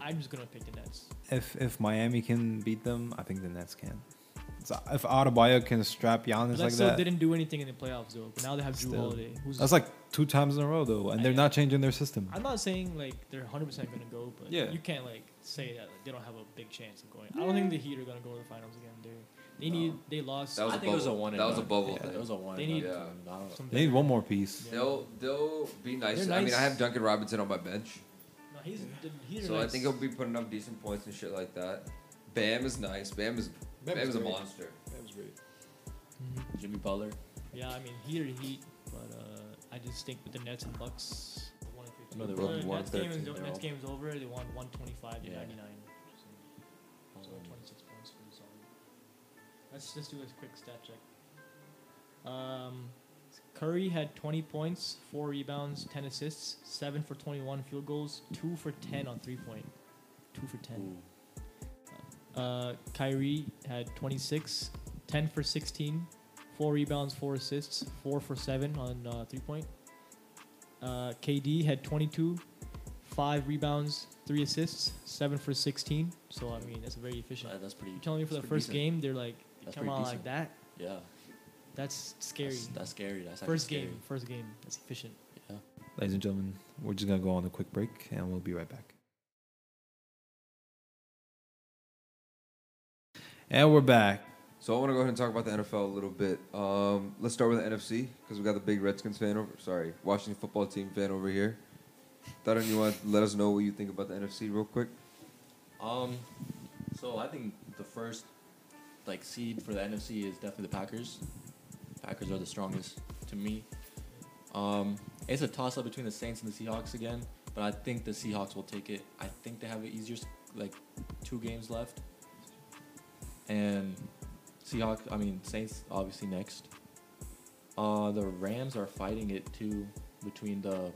I'm just gonna pick the Nets.
if if Miami can beat them, I think the Nets can. So if Adebayo can strap Giannis like
Bledsoe
that,
didn't do anything in the playoffs though, but now they have Drew
Still.
Holiday, who's
that's like two times in a row though, and they're not changing their system.
I'm not saying like they're 100 percent gonna go, but
Yeah.
you can't like say that like, they don't have a big chance of going. I don't think the Heat are gonna go to the finals again. They they need they lost.
That was
I
a
think it was a
bubble.
one. and
That was a
done.
bubble
Yeah,
thing.
It was a one.
They
and
need-
done. I don't know.
some
They need one more piece.
Yeah.
They'll they'll be nice.
They're
I mean, I
nice.
have Duncan Robinson on my bench,
No, he's the Heat are
so I
nice.
think he'll be putting up decent points and shit like that. Bam is nice. Bam is Bam, is a monster.
Mhm.
Jimmy Butler.
Yeah, I mean Heat are Heat, but uh, I just think with the Nets and Bucks, the one and fifteen.
No, they're
Well,
up
the Nets game
113,
is
they're
Nets
up.
game is over. They won 125 to
Yeah.
99. So, so
Um,
26 points for the solid. Let's just do a quick stat check. Um, Curry had 20 points, four rebounds, 10 assists, seven for 21 field goals, two for 10 on three point, two for 10.
Ooh.
Uh, Kyrie had 26, 10 for 16, 4 rebounds, 4 assists, 4 for 7 on uh, 3 point. Uh, KD had 22, 5 rebounds, 3 assists, 7 for 16. So, I mean, that's very efficient.
That- That's pretty.
You're telling me for the
that's pretty
first
decent.
game, they're like,
That's
come
pretty
on like
decent.
that?
Yeah.
That's scary.
That's, that's scary. That's actually
first
scary.
game, first game. That's efficient.
Yeah.
Ladies and gentlemen, we're just gonna go on a quick break, and we'll be right back. And we're back.
So I want to go ahead and talk about the NFL a little bit. Um, let's start with the NFC because we got the big Redskins fan over. Sorry, Washington football team fan over here. Thought you want to let us know what you think about the NFC real quick.
Um, so I think the first like seed for the NFC is definitely the Packers. Packers are the strongest to me. Um, it's a toss up between the Saints and the Seahawks again, but I think the Seahawks will take it. I think they have an easier s- like two games left, and Seahawks. I mean Saints obviously next. Uh, the Rams are fighting it too between the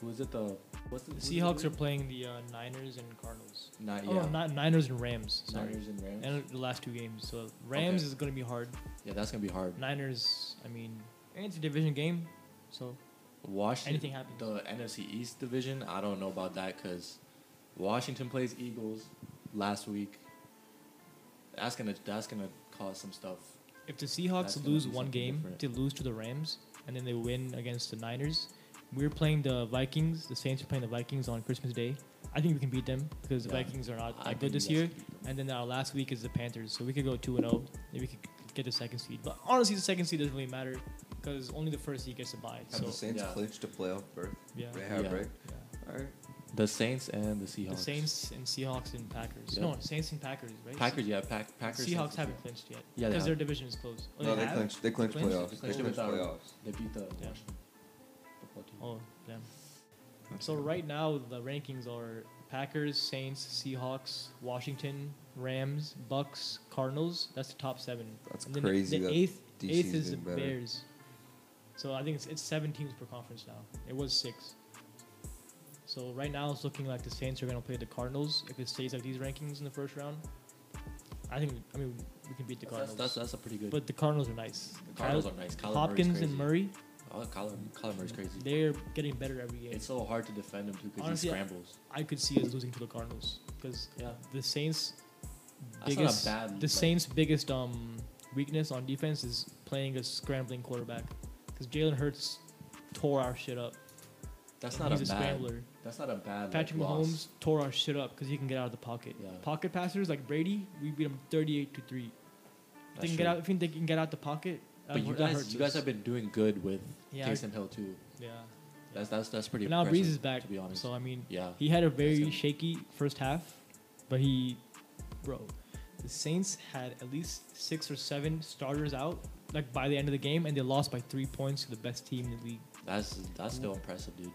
who is it the what's the
The
who's
Seahawks
the-
are playing the uh, Niners and Cardinals.
not
Oh,
yeah.
no, Ni- Niners and Rams. Sorry.
Niners and Rams.
And the last two games. So, Rams is going to be hard.
Yeah, that's gonna be hard.
Niners, I mean, it's a division game, so
Washington,
Anything happens.
the NFC East division. I don't know about that because Washington plays Eagles last week. That's gonna that's gonna cause some stuff.
if the
That's
Seahawks
gonna
lose
be
one
something
game,
different.
they lose to the Rams, and then they win against the Niners. We're playing the Vikings. The Saints are playing the Vikings on Christmas Day. I think we can beat them because the
Yeah.
Vikings are not
I
that good
think
this
you
year.
guys can beat them.
And then our last week is the Panthers, so we could go two and zero. Maybe we could get the second seed. But honestly, the second seed doesn't really matter because only the first seed gets a bye.
Have
So
the Saints
yeah.
clinched a playoff berth?
yeah,
They have,
Yeah.
right?
yeah.
All right.
The Saints and the Seahawks.
the Saints and Seahawks and Packers.
Yeah.
No, Saints and Packers, right?
Packers, yeah, pack, Packers.
Seahawks
Saints,
haven't clinched yet
Yeah, they
because their
have.
division is closed. Oh,
no, they
have?
clinched. They clinched
clinched?
playoffs.
They
They
clinched it
clinched
without-
playoffs.
They beat the
Yeah.
Washington football team.
Oh, damn. So right now the rankings are Packers, Saints, Seahawks, Washington, Rams, Bucks, Cardinals. That's the top seven.
That's
then
crazy
The,
that
eighth,
DC
eighth
is
is the
doing better.
Bears. So I think it's, it's seven teams per conference now. It was six. So right now it's looking like the Saints are going to play the Cardinals if it stays like these rankings in the first round. I think I mean we can beat the
That's,
Cardinals,
that's that's a pretty good.
but the Cardinals are nice.
the Cardinals are nice. Kyler
Kyle-
Murray's
Hopkins
crazy.
and Murray,
Oh, Kyler, Kyler Murray's crazy.
they're getting better every game.
it's so hard to defend him too because he
Honestly, I-
scrambles.
I could see us losing to the Cardinals because
Yeah.
the Saints
That's not a
biggest
bad,
the
like-
Saints biggest um weakness on defense is playing a scrambling quarterback because Jalen Hurts tore our shit up.
That's
and
not a,
he's a,
bad.
scrambler.
That's not a bad.
Patrick
like,
Mahomes
loss.
tore our shit up because he can get out of the pocket.
Yeah.
Pocket passers like Brady, we beat him thirty-eight to three. If
That's
they can
true.
get out. If they can get out the pocket,
But you guys, you guys have been doing good with
Yeah, I-
Taysom Hill too.
Yeah.
That's that's that's pretty.
And now Breeze
impressive,
is back.
To be honest,
So I mean,
yeah.
he had a very
gonna-
shaky first half, but he, bro, the Saints had at least six or seven starters out like by the end of the game, and they lost by three points to the best team in the league.
That's that's still impressive, dude.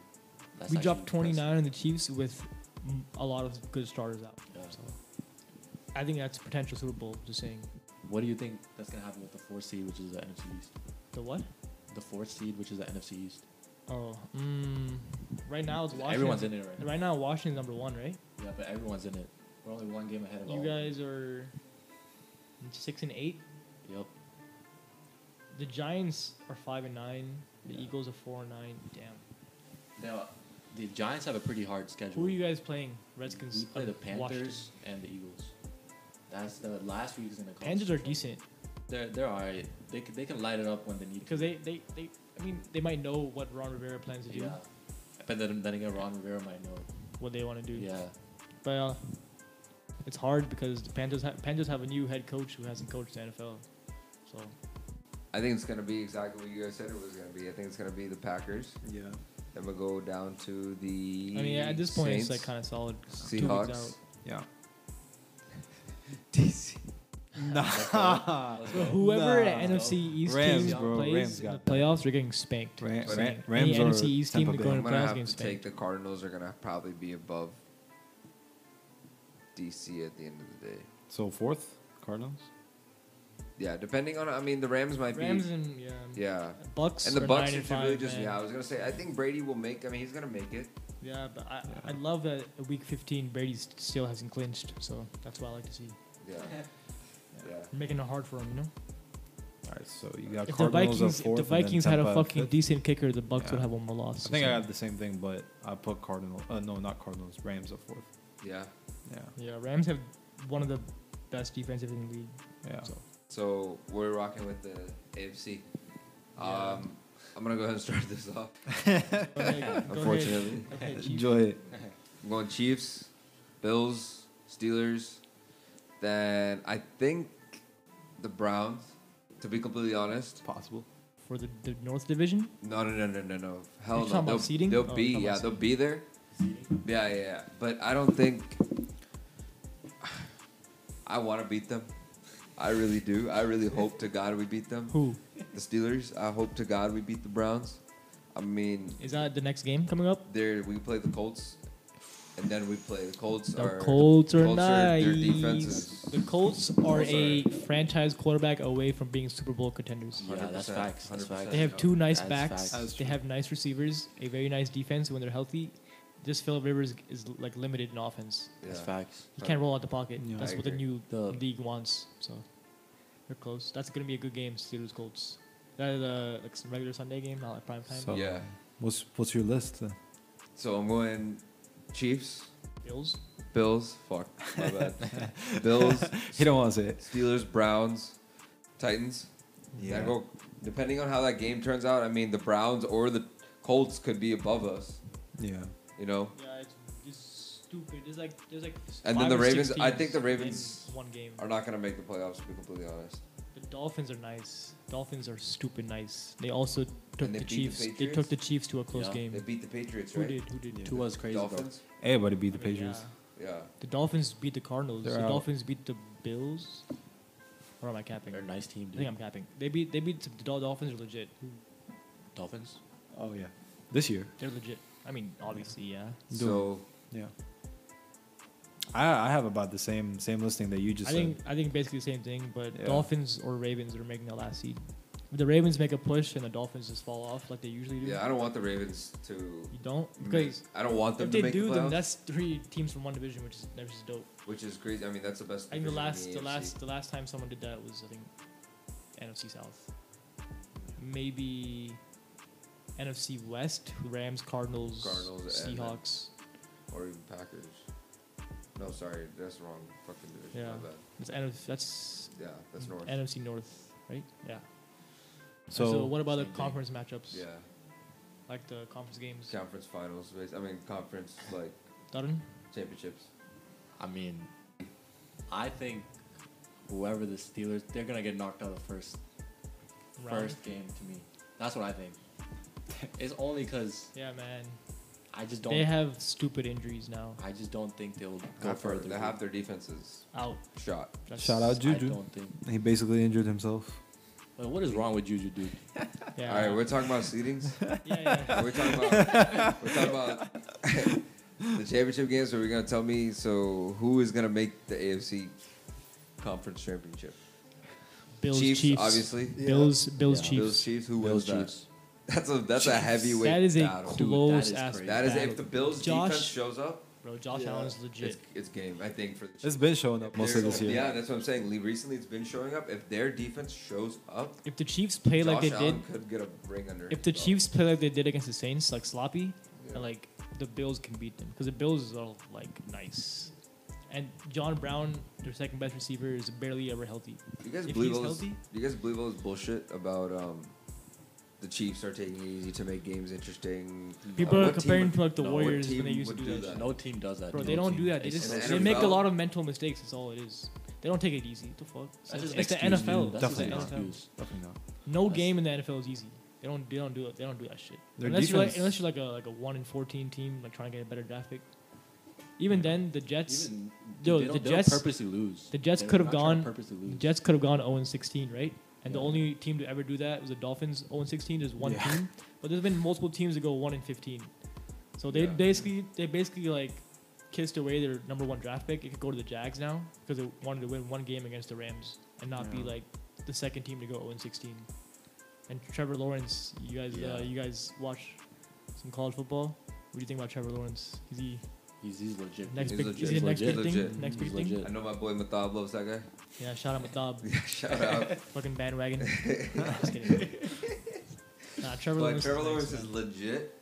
That's
we
actually
dropped 29
impressive.
on the Chiefs with mm, a lot of good starters out.
Yeah.
So I think that's potential Super Bowl. Just saying.
What do you think that's gonna happen with the fourth seed, which is the NFC East?
The what?
The fourth seed, which is the NFC East.
Oh, mm, right now it's Washington.
Everyone's in it right now.
Right now, Washington's number one, right?
Yeah, but everyone's in it. We're only one game ahead of all.
You
of them.
guys are six and eight.
Yep.
The Giants are five and nine. The
Yeah.
Eagles are four and nine. Damn.
Now, the Giants have a pretty hard schedule.
Who are you guys playing? Redskins.
We play
of
the
Washington.
Panthers and the Eagles. That's the last week is gonna come.
Panthers are decent
They're they're alright. They can, they can light it up when they need.
because
to.
they, they, they I mean they might know what Ron Rivera plans to do,
Yeah. But then then again, Ron Rivera might know.
what they want to do.
Yeah.
But uh, it's hard because the Panthers ha- Panthers have a new head coach who hasn't coached the NFL. So
I think it's gonna be exactly what you guys said it was gonna be. I think it's gonna be the Packers.
Yeah.
Then we go down to the.
I mean at this point
Saints,
it's like kind of solid. Two weeks
Seahawks.
out.
*laughs* Yeah.
DC.
Nah.
Let's
But
go.
whoever
Nah.
NFC East
Rams,
team
bro.
plays
Rams
in the
got
playoffs, they're getting spanked.
Ra-
Just
Ra-
saying.
Rams
Any NFC
or
East team
Tampa Bay?
going
I'm
to
gonna
playoffs
have
getting
to take
spanked.
the Cardinals. Are gonna probably be above DC at the end of the day.
*laughs* So fourth, Cardinals.
Yeah, depending on. I mean, the Rams might
Rams
be.
and yeah,
yeah.
Bucks
And the
are
Bucks
nine and
should
five,
really just.
man.
Yeah, I was gonna say. I think Brady will make. I mean, he's gonna make it.
Yeah, but I,
Yeah.
I love that at week 15 Brady st- still hasn't clinched, so that's what I like to see.
Yeah. Yeah.
We're making it hard for him, you know.
All right, so you got
if the
Uh, Cardinals
Vikings,
at
if
fourth.
the
and then
Vikings had a
Tampa at
fucking
fifth.
decent kicker, the Bucks
Yeah.
would have one more loss.
I think I
so-
got the same thing, but I put Cardinal. Uh, no, not Cardinals. Rams at fourth.
Yeah.
Yeah.
Yeah, Rams have one of the best defenses in the league.
Yeah.
So-
So we're rocking with the AFC.
Yeah.
Um, I'm gonna go ahead and start *laughs* this off.
Go ahead, go ahead.
Unfortunately.
Go
*laughs*
ahead, Chiefs.
*laughs* Enjoy it.
I'm going Chiefs, Bills, Steelers. Then I think the Browns. To be completely honest,
It's possible.
for the, the North Division.
no, no, no, no, no, no.
You're
Hell no.
talking about
they'll
seeding?
they'll
Oh,
be
you're talking
yeah,
about
they'll be there. Yeah, yeah, yeah. But I don't think I want to beat them. I really do. I really hope to God we beat them.
Who
The Steelers. I hope to God we beat the Browns. I mean,
is that? The next game coming up?
there we play the Colts, and then we play the Colts.
The
are,
Colts are
Colts are-
nice.
their defense is-
the Colts are a franchise quarterback away from being Super Bowl contenders.
Yeah, that's
100%,
facts. That's facts.
They have two nice
That's
backs.
facts.
That's
They
true.
have nice receivers. A very nice defense when they're healthy. Just Philip Rivers is like limited in offense.
That's
Yeah.
facts.
He can't roll out the pocket.
Yeah.
That's
I
what the
agree.
new
The-
league wants. So they're close. That's gonna be a good game. Steelers Colts. That is a like some regular Sunday game, not like prime time.
So-
Yeah.
What's What's your list? Then?
So I'm going Chiefs,
Bills.
Bills. Fuck, my bad.
*laughs*
Bills,
He don't want to say it.
Steelers, Browns, Titans. Yeah.
Yeah.
go, depending on how that game turns out, I mean, the Browns or the Colts could be above us.
Yeah.
You know.
Yeah, it's just stupid. There's like there's like.
And then five the or six Ravens- I teams think the Ravens
one game.
Are not gonna make the playoffs. To be completely honest.
The Dolphins are nice. Dolphins are stupid nice. They also took the
they beat the
Chiefs. they
Patriots?
took the Chiefs to a close
Yeah.
game.
They beat the Patriots,
Who
right?
did? Who did?
Yeah.
Two
Tua is crazy, bro.
Dolphins.
Everybody beat
I
the
mean,
Patriots.
yeah.
Yeah.
The Dolphins beat the Cardinals.
They're
the
out.
Dolphins beat the Bills. Or am I capping?
They're a
I
nice team,
think
dude.
I'm capping. They beat they beat the Dol- Dolphins are legit.
Dolphins.
Oh yeah. This year.
They're legit. I mean, obviously, yeah.
So
Yeah. I I have about the same same listing that you just
I
said.
think I think basically the same thing, but
Yeah.
Dolphins or Ravens are making the last seed. If the Ravens make a push and the Dolphins just fall off like they usually do,
yeah, I don't want the Ravens to.
you don't
Make,
because
I don't want them
if
to
they
make
do,
the
then
playoffs,
that's three teams from one division, which is that's just dope.
which is crazy. I mean, that's the best.
I think the
division in
last, the
AFC.
last, the last time someone did that was I think NFC South, maybe NFC West, Rams, Cardinals,
Cardinals, and then-
Seahawks.
or even Packers. No, sorry, that's the wrong. Fucking division.
Yeah.
My bad.
That's NFC, that's
Yeah, that's north.
NFC North, right? Yeah.
so.
what about the
same thing.
conference matchups?
yeah,
Like the conference games.
conference finals. bas- I mean,
*sighs*
conference like
Done.
championships.
I mean, I think whoever the Steelers, they're gonna get knocked out of the first
round.
first game to me. That's what I think. *laughs* it's only because
Yeah, man.
I just don't.
They have stupid injuries now.
I just don't think they'll go
Half their-
further.
They have their defenses
Out.
shot.
That's-
Shout out
I
Juju.
don't think.
He basically injured himself.
Like, what is wrong with Juju, dude?
Yeah.
All right, we're talking about *laughs* seedings.
yeah, yeah.
we're talking about we're talking about *laughs* the championship games. So we're gonna tell me so who is gonna make the AFC conference championship?
Bills
Chiefs,
Chiefs.
obviously.
Bills Bills
Yeah.
Chiefs.
Bills Chiefs. Who wins
Bills,
that?
Chiefs.
That's a that's a heavyweight
That is a
battle.
Dude, that
close
is
ass.
crazy.
that is if
battle.
the Bills
Josh-
defense shows up,
Bro, Josh
Yeah.
Allen is legit.
it's, it's game. I think for the
It's been showing up most of
They're-
this year.
Yeah, that's what I'm saying. Le- Recently, it's been showing up. If their defense shows up,
If the Chiefs play
Josh
like they
Allen
did,
could get a ring under.
if the
his belt.
Chiefs play like they did against the Saints, like sloppy,
Yeah.
and like the Bills can beat them because the Bills are like nice. And John Brown, their second best receiver, is barely ever healthy.
you guys
if
believe
he's
all this,
healthy-
you guys believe all this bullshit about um, the Chiefs are taking it easy to make games interesting.
People
Uh,
are
what team
comparing
would-
to like the
no, what
Warriors when
team
they used to
would
do,
do
that.
that?
shit.
No team does that.
Bro,
no
they don't
team.
do that. They
It's
just
the
they make a
NFL.
lot of mental mistakes. That's all it is. They don't take it easy. What the fuck?
That's
It's,
just an
it's the
excuse,
NFL.
dude. That's
That's
just
the
an
NFL.
excuse.
Definitely not.
No
That's-
game in the NFL is easy. They don't. They don't do it. They don't do that shit.
Their
unless you're like
defense-
unless you're like a like a one in fourteen team, like trying to get a better draft pick. Even then, the Jets.
Even,
Yo,
they don't,
the
they don't
Jets-
purposely lose.
the Jets
They're
could've
not trying
gone-
to Purposely
The
lose.
Jets could have gone 0 16, right? And the
Yeah.
only team to ever do that was the Dolphins. 0 16 is one
Yeah.
team, but there's been multiple teams that go 1 and 15. So they
Yeah.
basically they basically like kissed away their number one draft pick. It could go to the Jags now because they wanted to win one game against the Rams and not be
Yeah.
like the second team to go 0 16. And Trevor Lawrence, you guys
Yeah.
uh, you guys watch some college football. What do you think about Trevor Lawrence? Is he
He's, he's legit.
next
He's
big?
legit.
Is he the next
He's
big
legit.
thing? Next
He's
big thing?
legit.
I know my boy Mathab loves that guy. *laughs*
Yeah, shout out Mathab.
Yeah, shout out.
Fucking bandwagon. Just kidding. Nah, Trevor
but
Lawrence.
Trevor
is
Lawrence
nice,
is
man.
legit.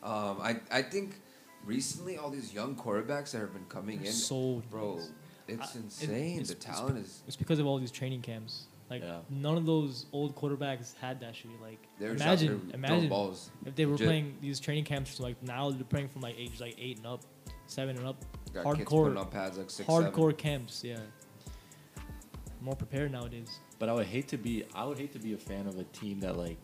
Um, I I think recently all these young quarterbacks that have been coming in,
so
bro,
nice.
it's
I- it-
insane.
it's-
the
it's-
talent is
It's because of all these training camps. Like
Yeah.
none of those old quarterbacks had that shit. Like
they're just out
imagine,
there throwing
imagine
balls.
if they were
Legit.
playing these training camps from like now they're playing from like age like eight and up, seven and up,
Got kids
hardcore-
putting on pads like six, seven.
hardcore camps. Yeah, more prepared nowadays.
But I would hate to be. I would hate to be a fan of a team that like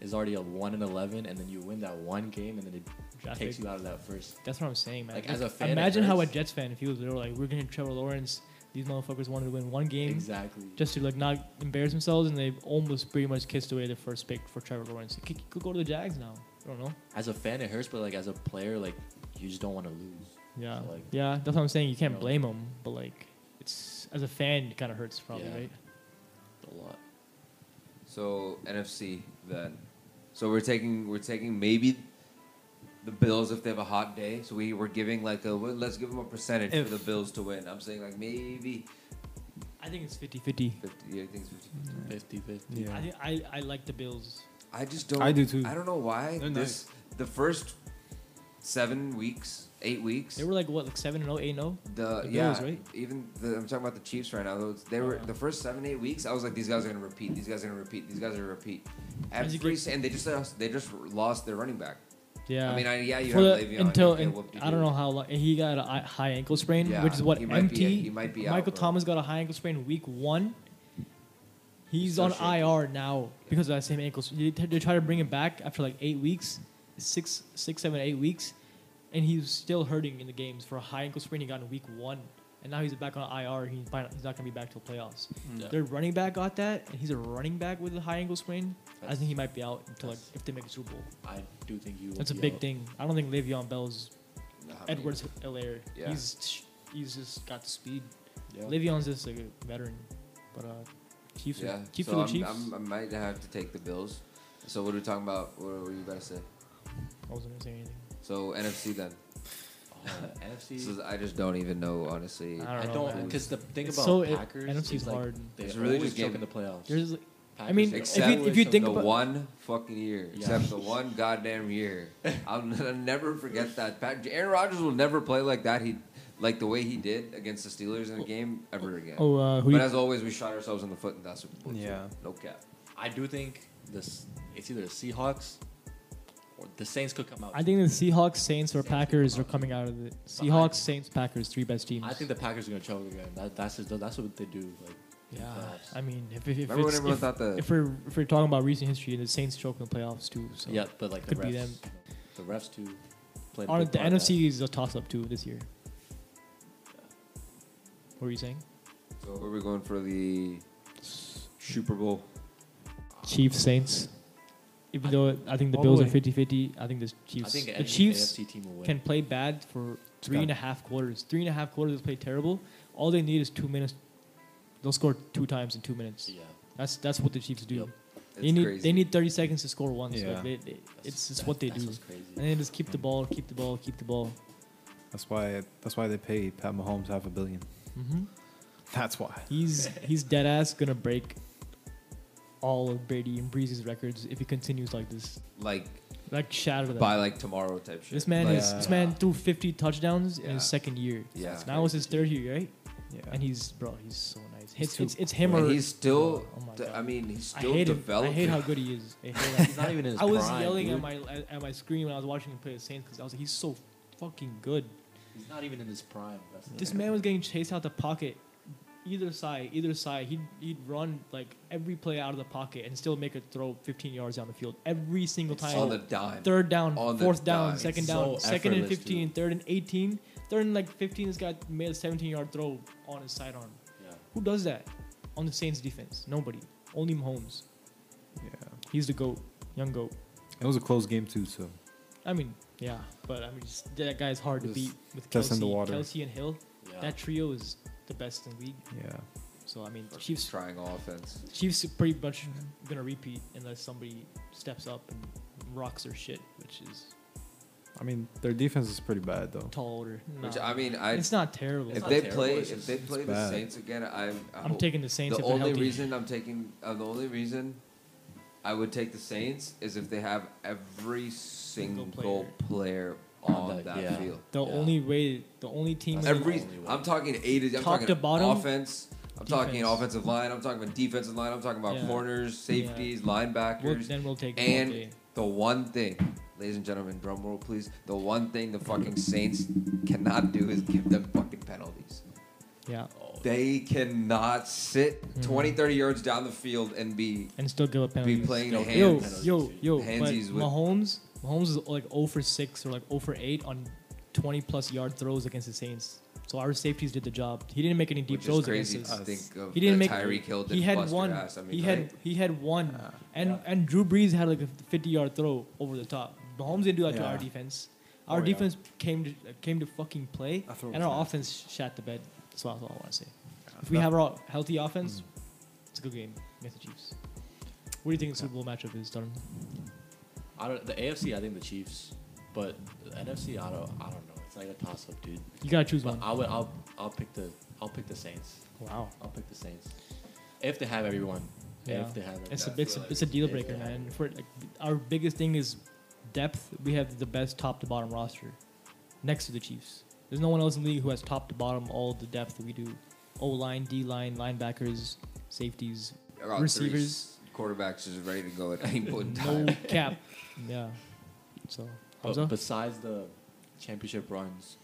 is already a one and eleven, and then you win that one game, and then it
Draft
takes
pick.
you out of that first.
That's what I'm saying, man.
Like, as a fan, it
imagine how a
hurts.
Jets fan if he was there, like we're getting Trevor Lawrence. These motherfuckers wanted to win one game.
Exactly.
just to like not embarrass themselves, and they've almost pretty much kissed away their first pick for Trevor Lawrence. He could, could go to the Jags now. I don't know.
as a fan, it hurts, but like as a player, like you just don't want to lose.
Yeah,
So, like-
yeah, that's what I'm saying. You can't
No.
blame him, but like, it's as a fan, it kind of hurts probably,
Yeah.
right?
A lot.
So NFC then. So we're taking we're taking maybe the Bills if they have a hot day. So we we're giving like a well, let's give them a percentage
If-
for the Bills to win. I'm saying like maybe
I think it's 50-50.
50. I think it's 50.
50 50.
I,
Yeah.
think I I like the Bills.
I just don't.
I do too.
I don't know why
They're
this the first seven weeks, eight weeks.
They were like what, like seven and 0, 8 and oh? 0?
the,
the
yeah,
Bills, right?
even the, I'm talking about the Chiefs right now. Those, they were
Uh-huh.
the first seven, eight weeks. I was like, these guys are gonna repeat. These guys are gonna repeat. These guys are gonna repeat.
As you
Every
get-
s- and they just lost, they just lost their running back.
Yeah.
I mean, I, yeah, you
For
have
the-
Le'Veon.
until
you get
and
whoop-de-doo.
I don't know how long he got a hi- high ankle sprain,
Yeah,
which is what
he might
empty.
be- he might be out,
Michael
bro.
Thomas got a high ankle sprain week one. He's
so
on
shaky.
IR now because of that same ankle. sprain. They, t- they try to bring him back after like eight weeks, six, six, seven, eight weeks, and he's still hurting in the games for a high ankle sprain he got in week one, and now he's back on IR. He's probably not- he's not gonna be back till playoffs.
Yeah.
Their running back got that, and he's a running back with a high ankle sprain. I
That's-
think he might be out until like
that's-
if they make the Super Bowl.
I do think you. will
That's a
be
big
out.
thing. I don't think Le'Veon Bell's
Nah, I mean,
Edwards Hilaire.
Yeah.
He's sh- he's just got the speed.
Yeah.
Le'Veon's just like a veteran, but uh, Chiefs.
Yeah,
are Chiefs
so
are the
I'm,
Chiefs.
I'm, I might have to take the Bills. So what are we talking about? What were you about to say?
I wasn't gonna say anything.
So NFC then.
*laughs*
Oh, NFC.
This is, I just don't even know honestly.
I don't
I
know,
don't
man.
because the thing
It's
about
so- it-
Packers
NFC's
is like
hard.
they
It's really
really just
just
choke in the playoffs.
There's like,
Packers
mean,
are
Except
always
if you
choke
think
in
the
the
about-
one fucking year,
Yeah.
except the one goddamn year. I'll n- never forget that. Pat, Aaron Rodgers will never play like that. He like the way he did against the Steelers in a game ever again.
oh, uh, who
but
you,
as always, we shot ourselves in the foot in that Super Bowl. too.
Yeah.
no cap.
I do think this. It's either the Seahawks or the Saints could come out.
I think the Seahawks, Saints, or
Saints will
Packers
come
are
out.
coming out of the
I-
Seahawks, Saints, Packers, three best teams.
I think the Packers are gonna choke again. That, that's just, that's what they do. Like in
Yeah,
the playoffs.
I mean, if if, if,
Remember when
it's-
everyone
if,
thought the
if we're if we're talking about recent history, the Saints choked in the playoffs too. So
yeah, but like the
could be
refs,
them.
the refs too. Played a
Our-
big
the
part in that.
NFC is a toss up too this year. What were you saying?
So where are we going for the Super Bowl?
Chiefs Saints. Even though I think the
All the
Bills are
way.
50-50, I think the Chiefs.
I think
the
any
Chiefs
AFC team will win.
can play bad for three
got
and a half quarters. Three and a half quarters they play terrible. All they need is two minutes. They'll score two times in two minutes.
yeah,
That's that's what the Chiefs do.
Yep.
It's
They need
crazy.
they need 30 seconds to score once.
Yeah.
Like they, they, it's it's
That's-
what they
that's
do.
what's crazy.
And they just keep the ball, keep the ball, keep the ball.
That's why. That's why they paid Pat Mahomes half a billion. *laughs*
hmm
That's why.
He's he's dead ass gonna break all of Brady and Breezy's records if he continues like this,
like
like shatter them.
by like tomorrow type shit.
this man
Like,
is this
Yeah.
man threw 50 touchdowns in
Yeah.
his second year.
Yeah.
now it's his third year, right?
Yeah.
And he's bro, he's so nice.
He's
It's
too-
it's, it's him
and
or
he's still.
Oh my
de-
God.
I mean, he's
I
still
hate him. I
developing.
hate how good he is. I hate that.
He's not
*laughs*
even in his
I was
prime,
yelling
dude.
at my at, at my screen when I was watching him play the Saints because I was like, he's so fucking good.
He's not even in his prime. That's the
This
thing.
man was getting chased out the pocket, either side, either side. He'd he'd run like every play out of the pocket and still make a throw 15 yards down the field every single time.
*laughs* on the dime.
Third down,
on the
fourth down,
dime.
second
It's
down,
so
second and
effortless,
15, third and 18, third and like 15. This guy made a 17 yard throw on his sidearm.
Yeah.
Who does that on the Saints defense? Nobody. Only Mahomes.
yeah.
He's the goat, young goat.
It was a close game too. So
I mean, yeah, but I mean, just, that guy's hard to
Just
beat with
testing
Kelsey,
the water.
Kelsey and Hill.
Yeah.
That trio is the best in the league.
yeah.
So I mean, the
Chiefs
Chiefs.
trying offense.
Chiefs are pretty much gonna repeat unless somebody steps up and rocks their shit, which is
I mean, their defense is pretty bad though.
tall order.
Which
Nah.
I mean, I
it's not terrible.
It's
if
not
they
terrible,
play
it's
if
just-
they play
it's
the
bad.
Saints again, I'm I
I'm
hope-
taking the Saints.
the
if they're
only
healthy.
reason I'm taking uh, the only reason I would take the Saints is if they have every single,
Single
player,
On
on
that-
that
yeah.
field.
the
Yeah.
only way, the only team.
That's
Every
Every
only way.
I'm talking eight. I'm
Top
talking
to bottom,
offense. I'm talking
defense.
offensive line. I'm talking about defensive line. I'm talking about
Yeah.
corners,
Yeah.
safeties,
we'll,
linebackers.
then we'll take
and-
Devontae.
The one thing, ladies and gentlemen, drum roll please. The one thing the fucking Saints cannot do is give them fucking penalties.
yeah,
Oh,
They cannot sit
Mhm.
20, 30 yards down the field and be
and still give up
be
penalties.
playing the
Yo,
hands.
Yo,
Penalties
yo,
too.
yo! But
Handsies with-
Mahomes, Mahomes is like 0 for 6 or like 0 for 8 on 20 plus yard throws against the Saints. So our safeties did the job. He didn't make any deep
Which
throws
is crazy
against us.
to think of
He didn't
that
make-
Tyreek Hill did
He had
bust their
one.
ass. I mean,
he had
right?
he had one,
Ah.
and
Yeah.
and Drew Brees had like a 50 yard throw over the top. Mahomes didn't do that to
Yeah.
our defense.
Oh,
Our
yeah.
defense came to came to fucking play,
I thought
and
it was
our
nice.
offense shat the bed. That's all, that's all I want to say. If we
That-
have our healthy offense, it's a good game against the Chiefs. What do you think the Super Bowl matchup is, Darren?
I don't. The AFC, I think the Chiefs, but the NFC, I don't. I don't know. It's like a toss up, dude.
You gotta choose
But
one.
I would. I'll. I'll pick the. I'll pick the Saints.
Wow.
I'll pick the Saints. If they have everyone.
Yeah.
If they have.
It's a
everyone.
it's, a, it's a deal breaker, man. For like, our biggest thing is depth. We have the best top to bottom roster, next to the Chiefs. There's no one else in the league who has top to bottom all the depth that we do. O line, D line, linebackers, safeties,
I got oh, three
receivers.
quarterbacks is ready to go at
*laughs*
any point in time.
no
*laughs*
cap. Yeah. So
Oh,
But
Hamza,
besides the championship runs,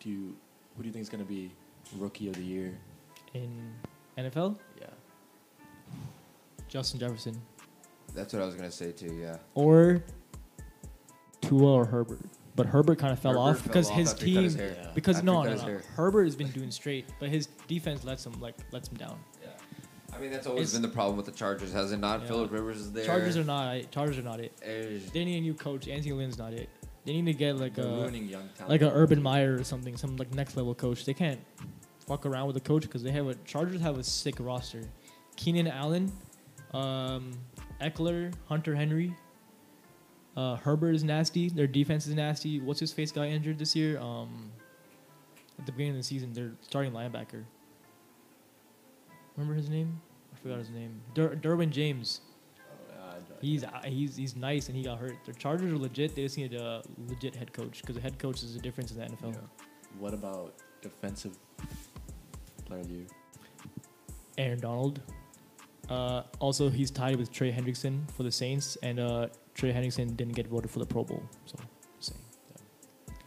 do you? Who do you think is gonna be rookie of the year?
in NFL,
Yeah.
Justin Jefferson
That's what I was gonna say too. Yeah,
or Tua or Herbert. But Herbert kind of fell
Herbert
off
fell
because his
after he cut
team.
his hair.
Yeah.
Because
After
no,
he cut
no,
his
no.
hair.
Herbert has been doing straight, but his defense lets him like lets him down.
Yeah. I mean, that's always
It's-
been the problem with the Chargers, has it not?
Yeah.
Philip Rivers is there.
Chargers are not it. Chargers are not it.
There's-
They need a new coach. Anthony Lynn's not it. They need to get like
They're
a
ruining young talent.
Uh, like a Urban Meyer or something, some like next level coach. They can't fuck around with a coach because they have a Chargers have a sick roster. Keenan Allen, um, Eckler, Hunter Henry. Uh, Herbert is nasty. Their defense is nasty. What's his face got injured this year? Um, at the beginning of the season, their starting linebacker. Remember his name? I forgot his name. Der- Derwin James.
Uh,
He's uh, he's he's nice, and he got hurt. The Chargers are legit. They just need a legit head coach because the head coach is a difference in the NFL.
What about defensive player of the year?
Aaron Donald. Uh, also, he's tied with Trey Hendrickson for the Saints, and uh, Trey Hendrickson didn't get voted for the Pro Bowl. So, saying.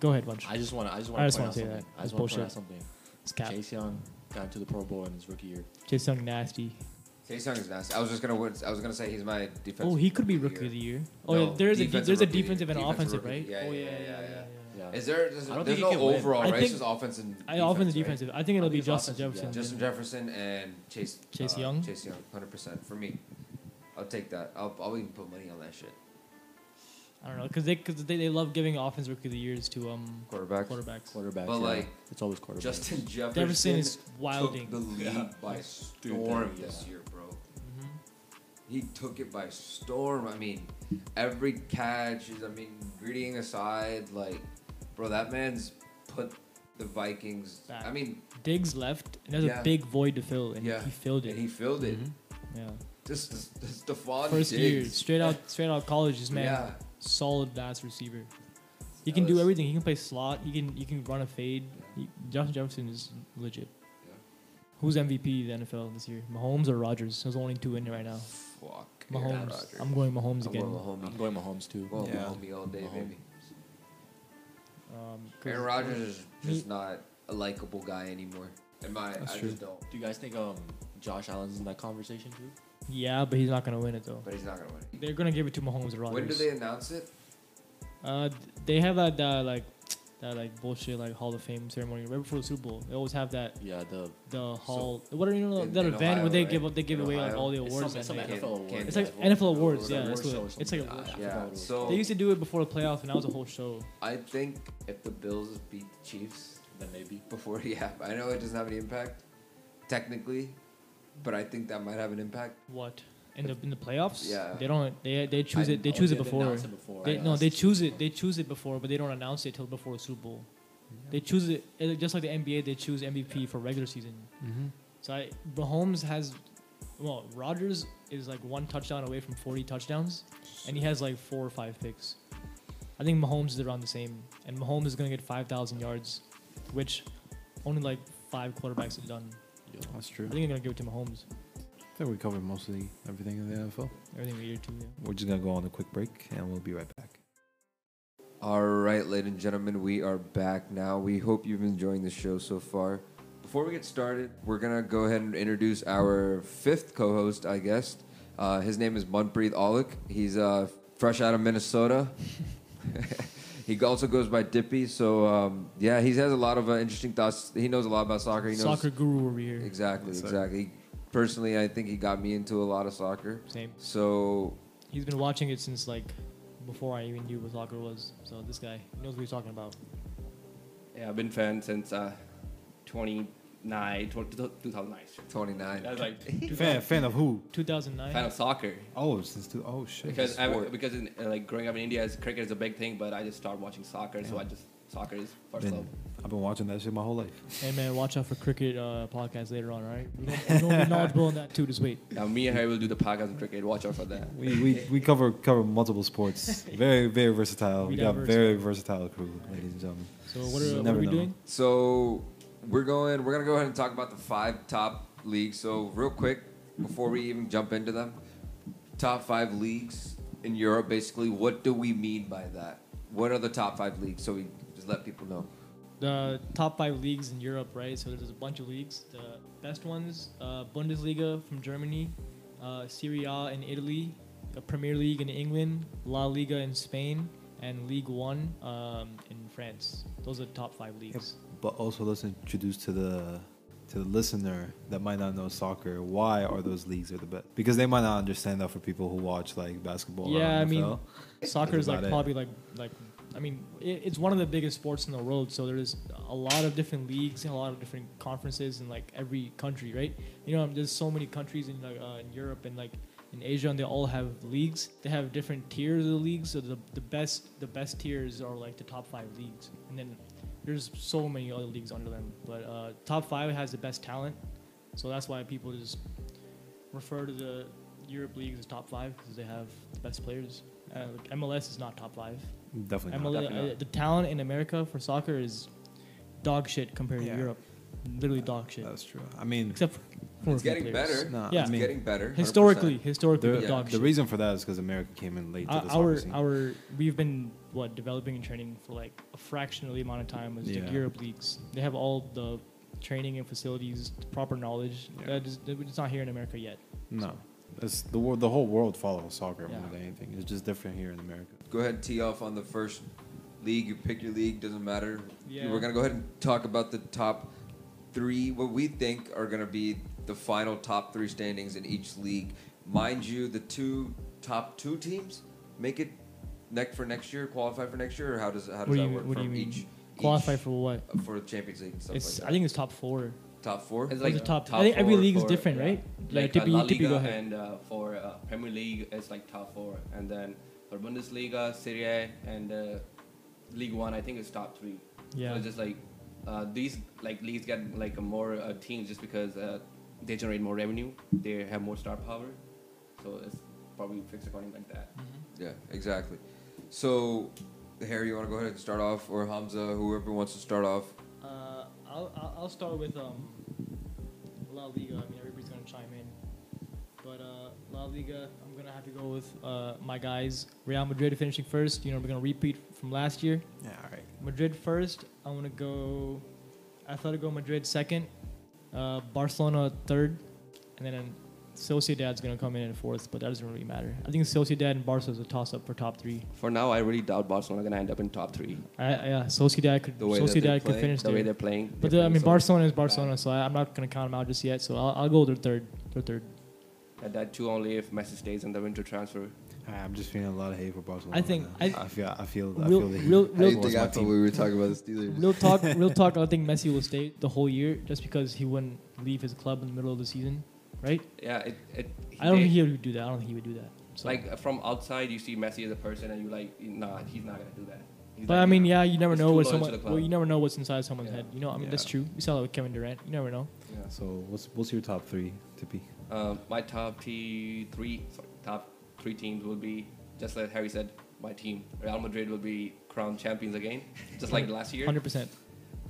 Go ahead, bunch.
I just want to. I just
I
want
just
to
wanna
point out
say
something.
that.
I
That's
just want to point
bullshit.
out something.
It's cap.
Chase Young got into the Pro Bowl in his rookie year.
Just something nasty.
Taysong is nasty. I was just gonna word- I was gonna say he's my defensive.
Oh, he could be
rookie
rookie
of the
of the
year.
year. Oh,
No,
yeah, there's a de-
defensive
there's a
rookie of the
defensive and
year. Defensive
offensive,
rookie-
right?
yeah,
oh
yeah,
yeah,
yeah, yeah, yeah.
Yeah.
Is there? There's,
I don't
there's
think
no
he can win.
overall
I
race.
think-
It's offense and
I
defense,
offensive,
right?
defensive. I think it'll
I
be
think it's
Justin
offensive, yeah.
Jefferson.
Justin Jefferson and Chase
Chase
uh,
Young?
Chase Young, hundred percent for me. I'll take that. I'll, I'll even put money on that shit.
I don't know because they because they, they love giving offense rookie of the years to um
Quarterback.
quarterbacks.
Quarterback.
But,
yeah.
like,
it's always quarterback.
Justin Jefferson,
Jefferson is
took the
wilding.
league
Yeah.
by
Dude, that-
storm this
yeah.
year, bro.
hmm
He took it by storm. I mean, every catch. is- I mean, greeting aside, like, bro, that man's put the Vikings.
Back.
I mean,
Diggs left, and there's
Yeah.
a big void to fill, and
Yeah.
he filled it.
and he filled it.
yeah,
Just, just, just Stephon
first year,
Diggs.
straight out,
*laughs*
straight out of college, this man,
Yeah.
solid bass receiver. He
That
can do
was-
everything. He can play slot. He can, he can run a fade. He- Justin Jefferson is legit.
Yeah.
Who's MVP of the NFL this year? Mahomes or Rogers? There's only two in right now.
Fuck. Aaron
Mahomes.
Rodgers.
I'm going Mahomes
I'm
again.
going Mahomes.
I'm going Mahomes too.
Well,
Yeah.
Mahomes all day,
Mahomes.
baby.
Um, 'cause-
Aaron Rodgers is just
He-
not a likable guy anymore. In my,
That's
I
true.
just don't.
Do you guys think um Josh Allen's in that conversation too?
Yeah, but he's not gonna win it though.
But he's not gonna win.
They're gonna give it to Mahomes or Rodgers.
When do they announce it?
Uh, th- they have that, that like that like bullshit like Hall of Fame ceremony right before the Super Bowl. They always have that
Yeah, the
the hall. what are you know
in-
that
in
event
Ohio,
where they
right?
give up they give
In
away like
Ohio?
all the
it's
awards.
some, it's some
that
Can't-
day.
NFL award.
can't-
It's like
Yeah.
NFL
Award
awards.
or
Yeah,
award
that's
show or
what it's like.
something.
A
I- I
award
forgot
show.
Yeah,
what it was
so-
called.
They used to do it before the playoffs, and that was a whole show.
I think if the Bills beat the Chiefs
then maybe.
before, *laughs* yeah, I know it doesn't have any impact, technically, but I think that might have an impact.
What in the in the playoffs?
Yeah.
They don't. They they choose
I-
it. They
Oh,
choose it
yeah,
before.
announced it before.
They,
I
no, they
asked.
choose it. They choose it before, but they don't announce it till before the Super Bowl. They choose it it- just like the NBA. They choose MVP for regular season.
Mm-hmm.
So I, Mahomes has, well, Rodgers is like one touchdown away from 40 touchdowns, and he has like four or five picks. I think Mahomes is around the same, and Mahomes is gonna get 5,000 yards, which only like five quarterbacks have done.
Yo,
That's
I
true.
think they're gonna give it to Mahomes.
I think we covered mostly everything in the NFL.
Everything we hear too. Yeah.
We're just gonna go on a quick break, and we'll be right back.
All right, ladies and gentlemen, we are back now. We hope you've been enjoying the show so far. Before we get started, we're gonna go ahead and introduce our fifth co-host, I guess. Uh, his name is Munpreet Aulick. He's uh, fresh out of Minnesota. *laughs* he also goes by Dippy. So um, yeah, he has a lot of uh, interesting thoughts. He knows a lot about soccer. He knows
Soccer guru over here.
exactly,
Yes, sir.
exactly. Personally, I think he got me into a lot of soccer.
Same.
So
He's been watching it since like before I even knew what soccer was. So this guy knows what he's talking about.
Yeah, I've been fan since uh, 29, 20, 2009.
29.
I
*laughs*
was like
Fan, fan of who?
2009.
fan of soccer
Oh, since two oh shit.
because I,
sport.
because in, uh, like growing up in India, is cricket is a big thing, but I just started watching soccer, so I just soccer is first
Been-
love.
I've been watching that shit my whole life.
Hey man, watch out for cricket uh, podcast later on, all right? We're gonna, we're gonna be knowledgeable on that too. Just wait.
Now me and Harry will do the podcast on cricket. Watch out for that.
We, *laughs* we, we cover cover multiple *laughs* sports. Very very versatile. We
We
got
diverse.
very versatile crew, ladies and gentlemen.
So what are, what
Never
are we
know.
doing?
So we're going. We're gonna go ahead and talk about the five top leagues. So real quick, before we even jump into them, top five leagues in Europe. Basically, what do we mean by that? What are the top five leagues? So we just let people know.
The top five leagues in Europe, right? So there's a bunch of leagues. The best ones: uh, Bundesliga from Germany, uh, Serie A in Italy, the Premier League in England, La Liga in Spain, and League One um, in France. Those are the top five leagues.
But also let's introduce to the to the listener that might not know soccer. Why are those leagues are the best? Because they might not understand that for people who watch like basketball. or
Yeah, I mean,
NFL.
soccer
That's
is like
about it.
probably like like I mean it, it's one of the biggest sports in the world. So there's a lot of different leagues and a lot of different conferences in like every country, right? You know, there's so many countries in like uh, in Europe and like in Asia, and they all have leagues. They have different tiers of the leagues. So the the best the best tiers are like the top five leagues, and then there's so many other leagues under them. But uh, top five has the best talent, so that's why people just refer to the Europe leagues as top five because they have the best players. Uh, like MLS is not top five.
definitely. not.
ML-
definitely
uh, the talent in America for soccer is dog shit compared
Yeah.
to Europe. Literally dog shit.
That's true. I mean,
Except for for
It's getting
players.
better.
Nah,
Yeah.
I
It's
mean,
getting better. 100%.
Historically, historically,
the,
the dog
the
shit. Uh,
reason for that is because America came in late to
Our
the soccer
our,
scene.
our we've been what developing and training for like a fraction of the amount of time as the
Yeah.
Europe leagues. They have all the training and facilities, proper knowledge.
Yeah.
That is, that it's not here in America yet.
No, it's the wor- the whole world follows soccer
Yeah.
more than anything. It's just different here in America.
Go ahead, tee off on the first league. You pick your league. Doesn't matter.
Yeah.
We're gonna go ahead and talk about the top three. What we think are gonna be the final top three standings in each league. Mind you, the two top two teams make it neck for next year, qualify for next year, or how does how does
What do
that
you mean-
work
what do
from
you mean?
each
Qualify
each,
for what?
uh, for the Champions League and stuff
It's
like
I
that?
think it's top four.
top four.
It's
Like
like
the top.
top
I think every
four
league is
for-
different,
yeah.
right?
Like
yeah,
uh, La
Tippy, Tippy, go
Liga
ahead.
and uh, for uh, Premier League, it's like top four, and then for Bundesliga, Serie A, and uh, League One, I think it's top three. So
Yeah,
it's just like uh, these like leagues get like a more uh, teams just because uh, they generate more revenue, they have more star power, so it's probably fixed according like that.
Yeah, exactly. So, Harry, you want to go ahead and start off, or Hamza, whoever wants to start off.
Uh, I'll, I'll I'll start with um, La Liga. I mean, everybody's gonna chime in, but uh, La Liga, I'm gonna have to go with uh, my guys. Real Madrid finishing first. You know, we're gonna repeat from last year.
Yeah, all right.
Madrid first. I want to go Atletico Madrid second, uh, Barcelona third, and then Sociedad's going to come in in fourth, but that doesn't really matter. I think Sociedad and Barca is a toss up for top three.
For now, I really doubt Barcelona gonna end up in top three.
I, I, yeah, Sociedad could
The way that
Sociedad
they're
could
playing,
finish
The way
there.
they're playing,
but
they're
the, I
playing
mean,
so-
Barcelona is Barcelona, so I, I'm not going to count them out just yet. So I'll, I'll go with their third. Their third.
and that too only if Messi stays in the winter transfer.
I'm just feeling a lot of hate for Barcelona.
I think-
right now.
I-
I, feel I feel I
Real-
feel the heat.
real- real-
Towards my team.
we were talking about the Steelers?
*laughs* Real talk, real talk. I think Messi will stay the whole year just because he wouldn't leave his club in the middle of the season, right?
Yeah, it. it
I don't
they-
think he would do that. I don't think he would do that. So.
Like from outside, you see Messi as a person, and you like, nah, he's not gonna do that. He's
But
not
I mean,
gonna-
yeah, you never
It's
know what
too loyal to
someone.
the club.
Well, you never know what's inside someone's
Yeah.
head. You know, I mean, that's
Yeah.
true. We saw that with Kevin Durant. You never know.
yeah.
So what's what's your top three, Tippy?
Uh, my top t- three, sorry, top three teams will be just like Harry said. My team, Real Madrid, will be crowned champions again, *laughs* just like last year.
Hundred percent.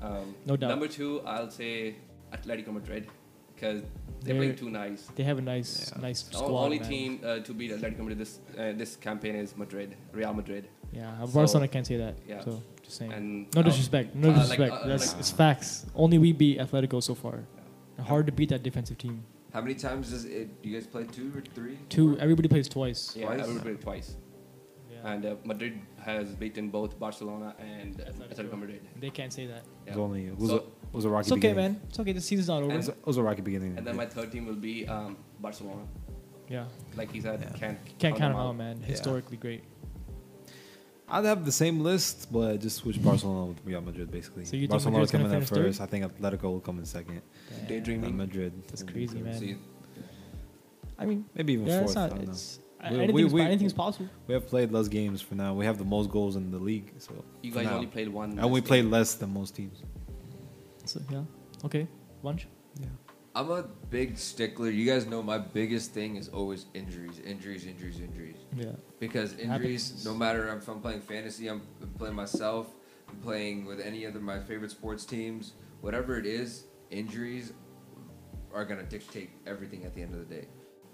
Um,
No doubt.
Number two, I'll say Atletico Madrid because they
They're-
play too nice.
They have a nice,
Yeah.
nice
The
squad.
only
man.
team uh, to beat Atletico Madrid this uh, this campaign is Madrid, Real Madrid,
Yeah,
So-
Barcelona can't say that.
yeah.
So just saying.
and
no
I'll-
disrespect. No
uh, like,
disrespect.
uh,
That's
like-
it's facts. Only we beat Atletico so far. Hard to beat that defensive team.
How many times does it? You guys play two or three?
Two. Everybody plays twice.
yeah,
Twice?
Real Madrid twice. And uh, Madrid has beaten both Barcelona and
Atletico.
Atletico, Madrid.
They can't say that.
It was
Yeah.
only it was,
So-
a, it was a rocky.
It's okay,
beginning.
man. It's okay. The season's not over.
It was, a- it was a rocky beginning.
And then my third team will be um, Barcelona.
yeah,
Like he said,
Yeah.
can't
can't count
count
them out, man.
Yeah.
Historically great.
I'd have the same list, but just switch Barcelona with Real Madrid basically.
So you think
Barcelona
Madrid's gonna
coming in
finish
first. I think Atletico will come in second.
Damn.
And then
Daydreaming.
Madrid.
That's
will be
crazy,
third.
man.
So you-
I mean,
Maybe even
yeah,
fourth.
it's not.
I don't know.
It's,
We- we-
anything's,
we-
anything's possible.
We have played less games for now. We have the most goals in the league, so
You
for
guys
now.
only played one.
and we
last
played
game.
less than most teams.
So yeah, okay, lunch.
Yeah.
I'm a big stickler. You guys know my biggest thing is always injuries, injuries, injuries, injuries.
Yeah,
Because injuries,
Happens.
no matter if I'm playing fantasy, I'm I'm playing myself, I'm playing with any other my favorite sports teams, whatever it is, injuries are gonna dictate everything at the end of the day.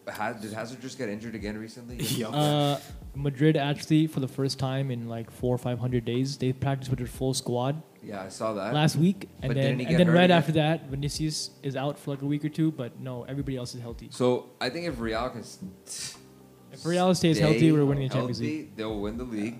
Ha- Did Hazard just get injured again
*laughs*
recently?
Uh, Madrid actually, for the first time in like four or five hundred days, they practiced with their full squad
Yeah, I saw that.
last week,
Uh, but
and
didn't
then
he
and
get
then
hurt
right
again?
after that, Vinicius is out for like a week or two. But no, everybody else is healthy.
So I think if Real can s-
If Real stays healthy, we're winning the
healthy,
Champions League.
They'll win the league.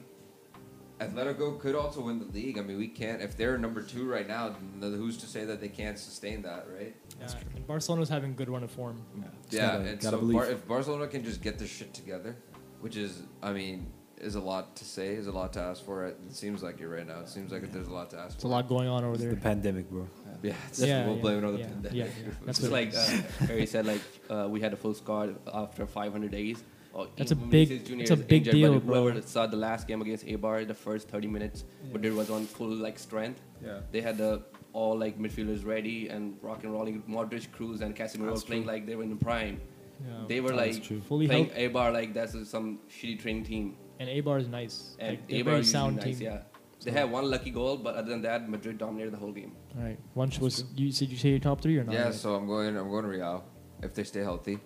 Atletico could also win the league. I mean, we can't if they're number two right now. then Who's to say that they can't sustain that, right?
Yeah, and Barcelona's having a good run of form.
Just
yeah,
gotta-
and
gotta
so
believe.
Bar- if Barcelona can just get their shit together, which is, I mean, is a lot to say, is a lot to ask for. It seems like it right now. It seems like there's a lot to ask
It's a
for.
lot going on over
It's the
there.
pandemic, bro.
Yeah, it's,
Yeah,
we'll
yeah,
blame it on the
yeah,
pandemic.
yeah, yeah. That's
Just
what it
like uh, Harry said, like uh, we had a full squad after 500 days. Oh,
That's a
even
big-
Vinicius Junior
that's a
is
big
injured,
deal,
But whoever
bro.
saw the last game against Eibar, the first 30 minutes, Madrid was on full like strength.
Yeah.
They had the all like midfielders ready and rock and rolling. Modric, Cruz, and Casemiro
That's
playing like they were in the prime.
Yeah.
They were
That's
like
true.
fully
playing
healthy,
Eibar like that's a- some shitty training team.
and Eibar is nice.
And
like, they're a
Eibar
very
is
sound
nice,
team.
yeah. They
So-
had one lucky goal, but other than that, Madrid dominated the whole game.
All right, lunch was. You said you say your top three or not?
*laughs* Yeah, so I'm going. I'm going Real. If they stay healthy,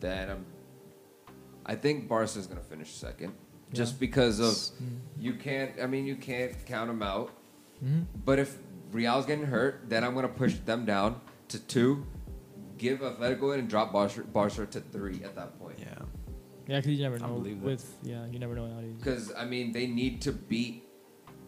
then I'm. I think Barca's gonna finish second, just
Yeah.
because of
Mm-hmm.
you can't. I mean, you can't count them out. But if Real's getting hurt, then I'm gonna push them down to two, give Atletico in and drop Barca, Barca to three at that point.
Yeah.
Yeah, because you never know.
Unbelievable.
With yeah, you never know nowadays.
Because I mean, they need to beat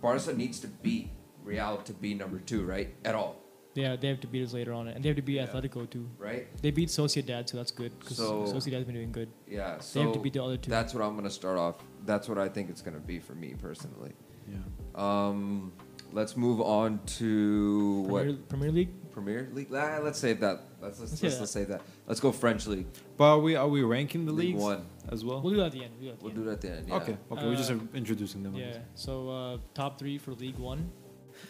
Barca needs to beat Real to be number two, right? At all,
Yeah, they have to beat us later on, and they have to beat
Yeah.
Atletico too.
right?
They beat Sociedad, so that's good because
So-
Sociedad's been doing good.
Yeah. So
They have to beat the other two.
that's what I'm gonna start off. That's what I think it's gonna be for me personally.
Yeah.
Um, let's move on to
Premier, Premier League.
what Premier League. Ah, let's save that. Let's let's, let's,
Let's
let's,
save
save that. Let's go French league.
But are we are we ranking the
league
leagues
one.
as well?
We'll do that at the end. We'll do that at the
We'll
end.
do that then. Yeah.
Okay. Okay. we're just
Uh,
uh, introducing them. I
Yeah.
guess.
So uh, top three for League One.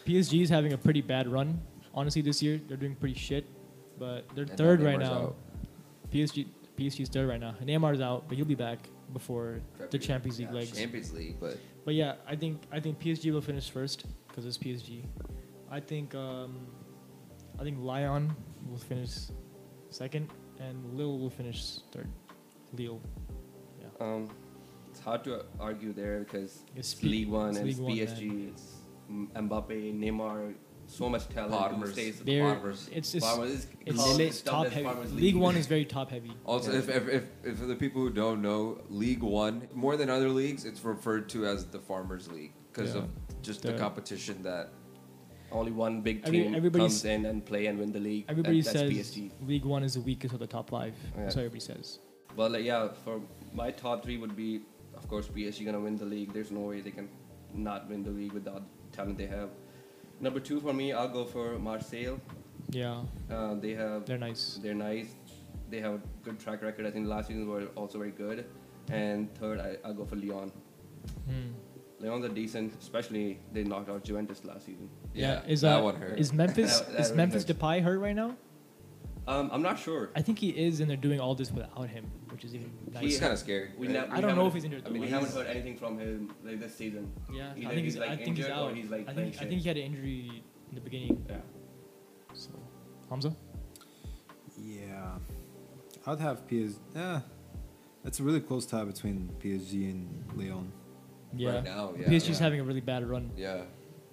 PSG is having a pretty bad run. Honestly, this year they're doing pretty shit, but they're
And
third right
Neymar's
now.
out.
PSG PSG's third right now. Neymar's out, but he'll be back before the
February.
Champions League
Yeah,
legs.
Champions League, but
But yeah, I think I think PSG will finish first because it's PSG. I think um, I think Lyon will finish second, and Lille will finish third. Lille,
Um, it's hard to argue there because
It's
it's,
P-
League One
it's
and
League
it's
One,
PSG. it's M- Mbappe, Neymar, so much talent. who
Bottomers.
stays-
They're-
Barbers.
it's just
Bottomers. It's,
it's,
called-
it's
dubbed
top
as
heavy.
Bottomers
League One is very top heavy.
Also,
Yeah.
if, if, if, if for the people who don't know, League One, more than other leagues, it's referred to as the Farmers League because
Yeah.
of just
The-
the competition that.
Only one big
Every-
team
everybody's-
comes in and play and win the league. and
Everybody
that's
says
PSG.
League One is the weakest of the top five.
Oh, Yeah.
That's what everybody says.
Well, like, yeah, for my top three would be, of course, PSG gonna win the league. There's no way they can not win the league without talent they have. Number two for me, I'll go for Marseille.
Yeah,
Uh, they have
they're nice.
they're nice. They have a good track record. I think last season were also very good. And third, I, I'll go for Lyon.
Hmm.
Leon's are decent, especially they knocked out Juventus last season.
Yeah,
Yeah,
is,
that
uh,
one hurt.
Is Memphis
That- that
is
really
Memphis
hurts.
Depay hurt right now?
Um, I'm not sure.
I think he is, and they're doing all this without him, which is even
It's
nicer.
kind of scary.
We
right?
nev-
I don't know
haven't-
if he's injured.
I mean,
though.
we haven't heard anything from him like this season.
Yeah, I
Either
think
he's,
he's,
like,
I think he's
injured
out.
or he's, like,
I
playing
think I
shit.
think he had an injury in the beginning.
Yeah.
So, Hamza.
Yeah, I'd have PSG. Yeah, it's a really close tie between PSG and Leon.
Yeah.
Right now, yeah.
PSG's
yeah.
having a really bad run.
Yeah.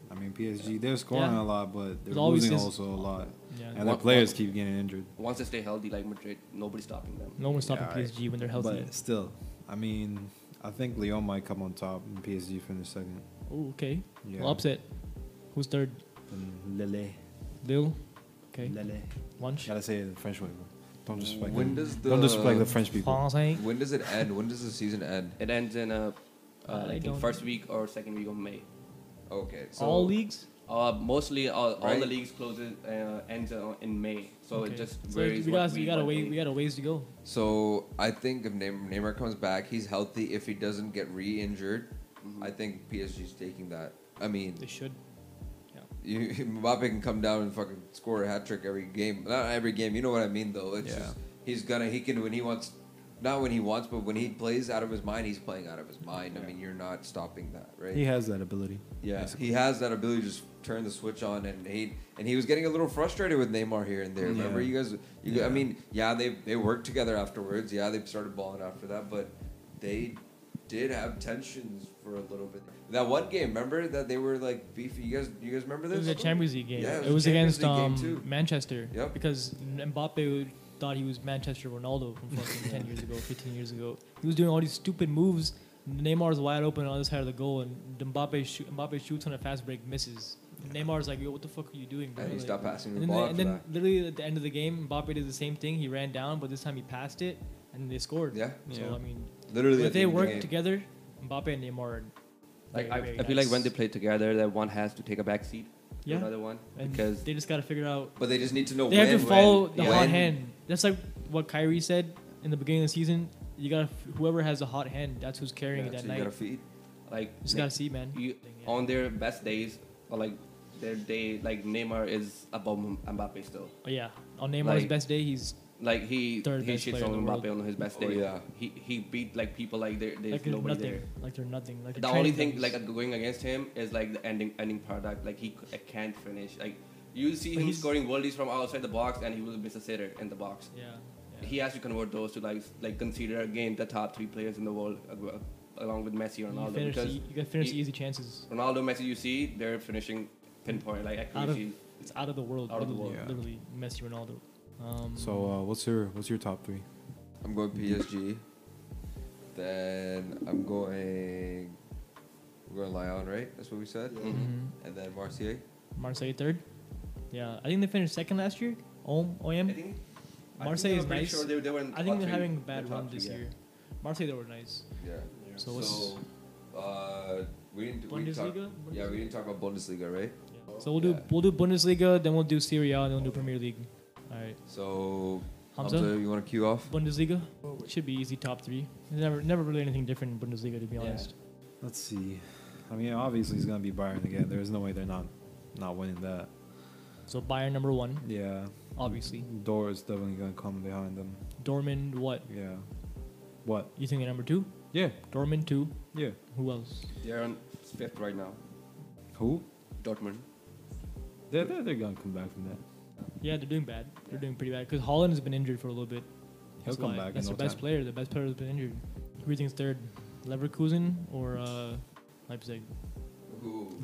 I mean, PSG they're scoring
Yeah.
a lot, but they're
It always
losing
is-
also a lot,
Yeah.
and their players keep getting injured.
Once they stay healthy, like Madrid, nobody's stopping them.
No one's stopping
Yeah,
PSG when they're healthy.
But still, I mean, I think Leon might come on top and PSG finish second.
Oh, okay.
Yeah.
Well, upset. Who's third?
Mm,
And Lele.
Lille. Okay.
Lele.
Lunch.
Gotta say it in the French way, bro. Don't disrespect
When
them.
does the
Don't disrespect the French people.
Francais.
When does it end? When does the season end?
It ends in uh, uh,
I
I think
don't-
first week or second week of May.
Okay. So
all leagues.
Uh, mostly all, all the
Right.
leagues closes uh, ends uh, in May, so
Okay.
it just
So
varies.
we
what
got we
week,
got a
what
way
day.
we got a ways to go.
So I think if Neym- Neymar comes back, he's healthy. If he doesn't get re-injured,
Mm-hmm.
I think PSG's taking that. I mean,
They should.
you, *laughs* Mbappe can come down and fucking score a hat trick every game. Not every game, you know what I mean though. It's
Yeah.
just he's gonna he can when he wants, not when he wants, but when he plays out of his mind, he's playing out of his mind. I
Yeah.
mean, you're not stopping that, right?
He has that ability.
Yeah,
Basically.
he has that ability to just turn the switch on, and he and he was getting a little frustrated with Neymar here and there. Remember,
Yeah.
you guys, you guys-
Yeah.
I mean, yeah, they they worked together afterwards. Yeah, they started balling after that, but they did have tensions for a little bit. That one game, remember that they were like beefy. You guys, you guys remember
It
this?
was a Champions League game.
Yeah,
it
it
was,
was a Champions
against
League game
um,
too.
Manchester.
Yep.
Because Mbappe thought he was Manchester Ronaldo
*laughs*
from fucking 10 years ago, 15 years ago. He was doing all these stupid moves. Neymar's wide open on the other side of the goal, and Mbappe, shoot, Mbappe shoots on a fast break, misses. Neymar's like, yo, what the fuck are you doing, bro?
And he
Like,
stopped passing
and
the
then,
ball
and
after
then literally at the end of the game, Mbappe did the same thing. He ran down, but this time he passed it, and they scored.
that. Yeah,
So,
Yeah.
I mean,
literally.
if
at the
they
end of the
work
game.
together, Mbappe and Neymar are
Like
very,
I,
very
I feel like when they
nice.
play together, that one has to take a back seat to
Yeah.
another one
And
because
they just got to figure out
but they just need to know
They
when.
have to follow
when,
the
when-
hot hand. That's like what Kyrie said in the beginning of the season. You gotta whoever has the hot hand, that's who's carrying
Yeah,
it that
so you
night.
gotta feed.
like
just
Ne-
gotta see, man.
you,
Yeah.
on their best days or like their day like Neymar is above M- Mbappe still.
Oh, yeah, on Neymar's
like-
best day, he's
Like he
Third
he
best
shits
player in
on
the
Mbappe on his best
Oh,
day.
yeah.
He he beat like people like there there's
like they're
nobody
nothing,
there.
like they're nothing. Like
The
they're
only
training
thing
dummies.
like going against him is like the ending ending product. Like he c- can't finish. Like you see
But
him
he's-
scoring worldies from outside the box and he will miss a sitter in the box.
yeah, yeah.
He has to convert those to like like consider again the top three players in the world uh, well, along with Messi or
you
Ronaldo
finish, the,
because
you gotta finish the
he-
easy chances.
Ronaldo, Messi, you see they're finishing pinpoint. Like I
Out
couldn't
of-
see.
It's out of the world.
Out of the
literally-
world. Yeah.
Literally, Messi, Ronaldo. Um,
So uh, what's your what's your top three?
I'm going PSG. Then I'm going. We're going Lyon, right? That's what we said.
Yeah.
Mhm.
And then Marseille.
Marseille third. Yeah, I think they finished second last year. Om,
I
OM.
think
Marseille
I
is
think I'm pretty
nice.
Sure they, they were in
I think
top
they're
three,
having a
the
bad
top
run
three,
this
yeah.
year. Marseille, they were nice.
Yeah.
So what's
So, uh, we didn't. We didn't talk,
Bundesliga?
yeah, we
Bundesliga?
didn't talk about Bundesliga, right?
Yeah. So we'll do
Yeah.
we'll do Bundesliga, then we'll do Serie A, and then we'll do Premier League. All right,
So
Hamza?
you want to cue off?
Bundesliga should be easy top three. There's never never really anything different in Bundesliga to be
Yeah.
honest.
Let's see. I mean, obviously it's gonna be Bayern again. There's no way they're not not winning that.
So Bayern number one,
Yeah.
obviously.
Door is definitely gonna come behind them.
Dortmund what?
Yeah. What?
You think they're number two?
Yeah.
Dortmund two.
Yeah.
Who else?
They're on fifth right now.
Who?
Dortmund.
They're, they're, they're gonna come back from that.
Yeah, they're doing bad. They're
Yeah.
doing pretty bad because Holland has been injured for a little bit.
He'll
That's
come
why-
back.
That's
in
the
no
best
time.
player. The best player has been injured. Who do you think's third? Leverkusen or uh, Leipzig?
Ooh,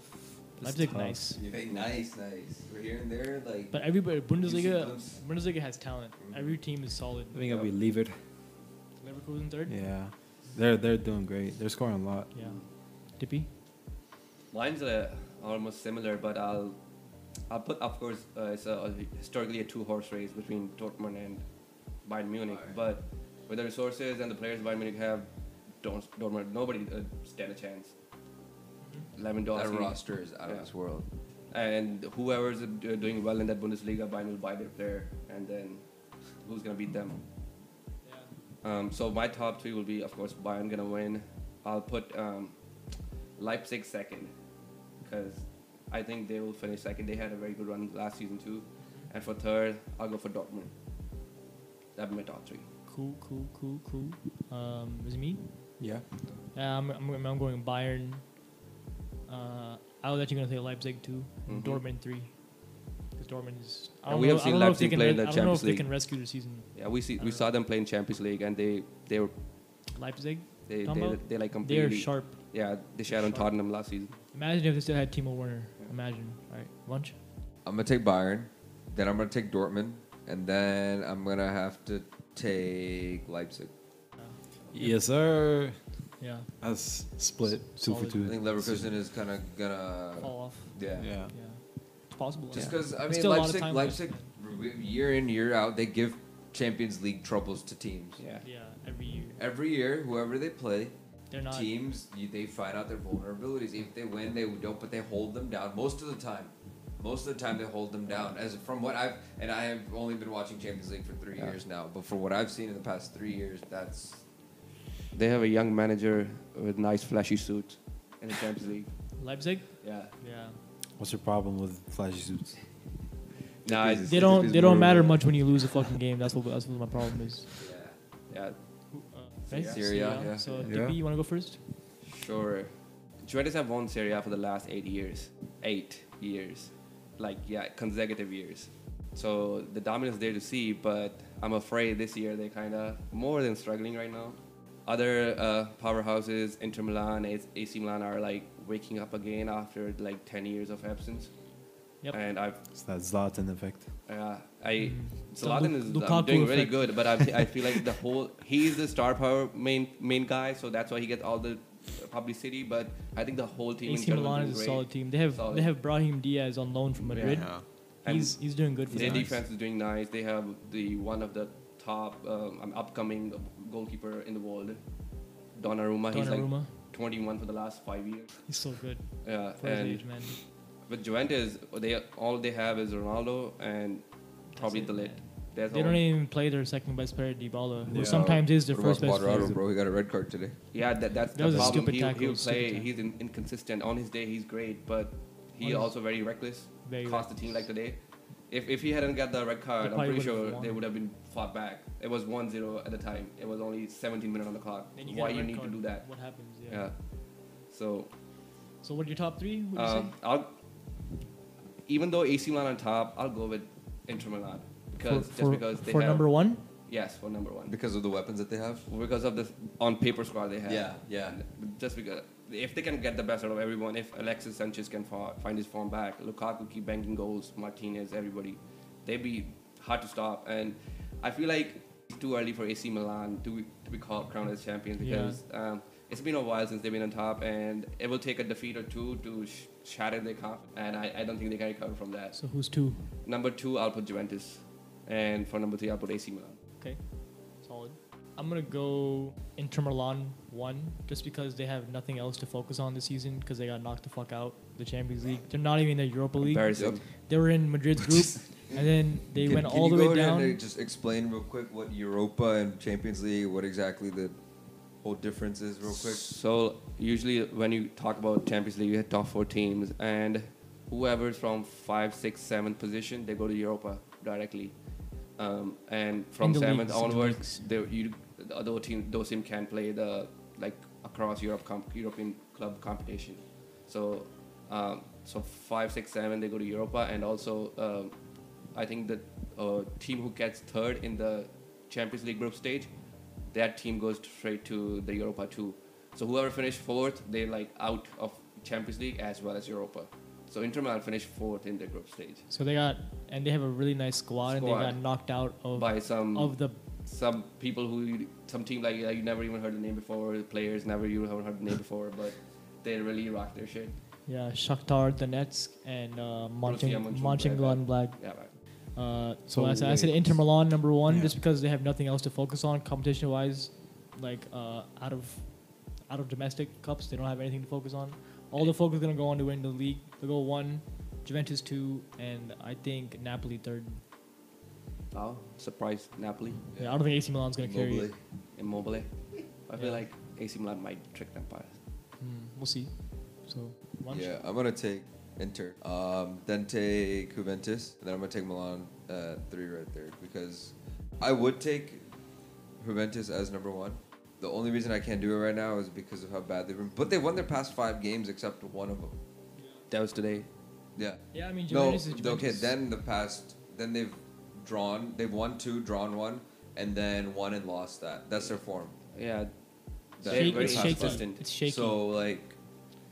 It's
Leipzig,
tough.
nice.
hey, nice, nice. We're here and there, like.
But everybody, Bundesliga,
glimpse.
Bundesliga has talent.
Mhm.
Every team is solid.
I think I'll be leave it.
Leverkusen third.
Yeah. They're they're doing great. They're scoring a lot.
Yeah. Dippy.
Mine's are almost similar, but I'll I'll put of course uh, it's a, historically a two-horse race between Dortmund and Bayern Munich.
Alright.
But with the resources and the players Bayern Munich have, don't Dortmund nobody uh, stand a chance. Mm-hmm.
that
Lewandowski
roster is out of
Yeah.
this world.
and whoever's uh, doing well in that Bundesliga, Bayern will buy their player, and then who's gonna beat them? Um, so my top three will be, of course, Bayern gonna win. I'll put um, Leipzig second because I think they will finish second. They had a very good run last season too. And for third, I'll go for Dortmund. That'd be my top three.
Cool, cool, cool, cool. Um, is it me?
Yeah.
Yeah, I'm, I'm, I'm going Bayern. Uh, I was actually going to say Leipzig too.
Mhm.
Dortmund three. Because Dortmund is. I
And
don't
we
know,
have
I
seen
don't know if
Leipzig
they can
play
res-
in the
I don't
Champions
know if they
League.
can rescue the season.
Yeah, we see
I
we
don't
saw them play in Champions League, and they they were
Leipzig,
they they, they,
Dumbo?
like
they are
completely.
sharp.
yeah, they shat on
sharp.
Tottenham last season.
Imagine if they still had Timo Werner.
Yeah.
Imagine. All right, lunch.
I'm gonna take Bayern, then I'm gonna take Dortmund, and then I'm gonna have to take Leipzig.
Yes, sir.
Yeah,
That's split
S-
two for
solid.
two.
I think Leverkusen is kind of gonna.
fall off.
Yeah.
Yeah.
Yeah, it's possible.
Just
yeah.
because I
It's
mean
still a lot of
Leipzig,
time
Leipzig,
left.
re- year in year out, they give Champions League troubles to teams.
Yeah,
Yeah, every year
Every year, whoever they play,
they're not.
teams you, they find out their vulnerabilities. If they win, they don't, but they hold them down most of the time. Most of the time, they hold them down. As from what I've and I have only been watching Champions League for three
Yeah.
years now, but from what I've seen in the past three years, that's
they have a young manager with nice flashy suit in the Champions League.
Leipzig.
Yeah,
Yeah,
What's your problem with flashy suits?
nah, it's-
they don't. They don't matter much when you lose a fucking game. That's what. That's what my problem is.
yeah.
yeah,
Uh,
Serie A,
Serie A.
yeah.
So
Yeah.
DP, you want to go first?
Sure. Juventus have won Serie A for the last eight years. Eight years. Like, yeah, consecutive years. So the dominance there to see, but I'm afraid this year they're kind of more than struggling right now. Other uh, powerhouses, Inter Milan, A- AC Milan, are like waking up again after like 10 years of absence.
Yep.
And I've,
It's that Zlatan effect.
uh, I,
Mm. So
Zlatan
Lu-
is um,
Lukaku
doing really
effect.
good, but I, I feel like the
*laughs*
whole he's the star power main main guy, so that's why he gets all the publicity. But I think the whole team
AC
in general
Milan
doing
is a
great.
solid team. They have
Solid.
they have Brahim Diaz on loan from Madrid.
And
He's he's doing good for
their
them.
defense is doing nice. They have the one of the top um, um, upcoming goalkeeper in the world, Donnarumma. He's like
Donnarumma,
21 for the last five years.
he's so good
Yeah,
for his
and
age, man.
with Juventus, they all they have is Ronaldo and probably
That's
the
it,
lit.
man.
That's
They
all.
don't even play their second best player, Dybala, who
Yeah.
sometimes is their
What about
first best player.
Cuadrado, bro? He got a red card today.
Yeah, that, that's
That
the
was a
problem.
stupid
He,
tackle,
he'll
stupid
play.
tackle.
He's in, inconsistent. On his day, he's great, but
On
he
his-
also very reckless.
Very
cost the team like today. If, if he hadn't got the red
They
card, I'm
probably
pretty
would've
sure they
won.
would have been fought back. It was 1-0 at the time. It was only 17 minutes on the clock.
Then get
Why
a
you
red
need
card,
to do that?
What happens? Yeah.
Yeah. So
So what are your top three? Would you
um, I'll even though AC Milan on top, I'll go with Inter Milan
say?
because
for
just
for,
because they
for
have
number one,
Yes, for number one.
because of the weapons that they have.
Because of the on paper squad they have.
Yeah, yeah.
Just because if they can get the best out of everyone, if Alexis Sanchez can fa- find his form back, Lukaku keep banking goals, Martinez, everybody, they'd be hard to stop. And I feel like it's too early for AC Milan to be, to be called crowned as champions
Yeah.
because um, it's been a while since they've been on top, and it will take a defeat or two to sh- shatter their cup. And I, I don't think they can recover from that.
So who's two?
Number two, I'll put Juventus, and for number three, I'll put AC Milan.
Solid. I'm gonna go Inter Milan one, just because they have nothing else to focus on this season because they got knocked the fuck out the Champions League. They're not even in the Europa League.
Embarrassing.
Yep.
They were in Madrid's
*laughs*
group, and then they
Can-
went
can
all
you
the
go
way
ahead
down.
And uh, just explain real quick what Europa and Champions League, what exactly the whole difference is, real quick.
So usually when you talk about Champions League, you have top four teams, and whoever's from five, six, seventh position, they go to Europa directly. Um, and from
the
seventh
leagues, in the
onwards, they, you, the other team, those team can play the like across Europe, comp, European club competition. So, um, so five, six, seven, they go to Europa, and also um, I think the uh, team who gets third in the Champions League group stage, that team goes straight to the Europa two. So whoever finished fourth, they like out of Champions League as well as Europa. So Inter Milan finished fourth in their group stage
So they got, and they have a really nice squad, and they
Squad.
got knocked out of
by some
of the
some people who you, some team like, like you never even heard the name before. Players never you haven't heard the name before, but they really rock their shit.
yeah Shakhtar Donetsk and uh,
Borussia
Moncheng-
Mönchengladbach.
Mönchengladbach.
Yeah, right.
Uh,
So
so I said, I said
wait.
Inter Milan number one,
Yeah.
just because they have nothing else to focus on competition wise, like uh, out of out of domestic cups, they don't have anything to focus on. All the focus is gonna go on to win the league. They go one, Juventus two, and I think Napoli third.
Wow, Oh, surprise Napoli,
Yeah, I don't think AC Milan's gonna carry it.
Immobile.
Immobile. I feel
Yeah.
like AC Milan might trick them by
Hmm, we'll see. So lunch?
Yeah, I'm gonna take Inter, um, then take Juventus, and then I'm gonna take Milan uh, three right there because I would take Juventus as number one. The only reason I can't do it right now is because of how bad they've been. But they won their past five games except one of them.
That was today.
Yeah.
Yeah, I mean
No.
Juventus is Juventus.
Okay. Then the past. Then they've drawn. They've won two, drawn one, and then won and lost that. That's their form.
Yeah,
That's
they're
Shake-
very
it's shaky.
consistent.
It's shaky.
So like,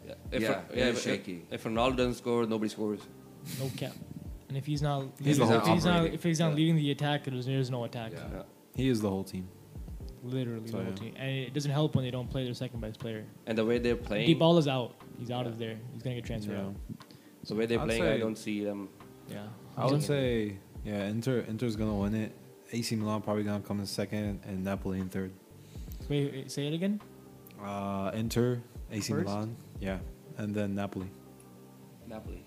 Yeah,
yeah, it is
if,
shaky.
If Ronaldo doesn't score, nobody scores.
no cap. And if he's not,
He's
leading-
the
if
whole
he's not,
operating.
if he's not
Yeah.
leading the attack, there's, there's no attack.
Yeah.
He is the whole team.
Literally,
So,
the whole
yeah.
team. And it doesn't help when they don't play their second best player.
And the way they're playing,
Dybala's out. He's out of there. He's gonna get transferred out.
the way they're
I'd
playing, I
say-
don't see um, them.
Yeah.
I would say, yeah, Inter Inter's gonna win it. AC Milan probably gonna come in second, and Napoli in third.
Wait, wait, say it again.
Uh, Inter, AC
First?
Milan, yeah, and then Napoli,
Napoli.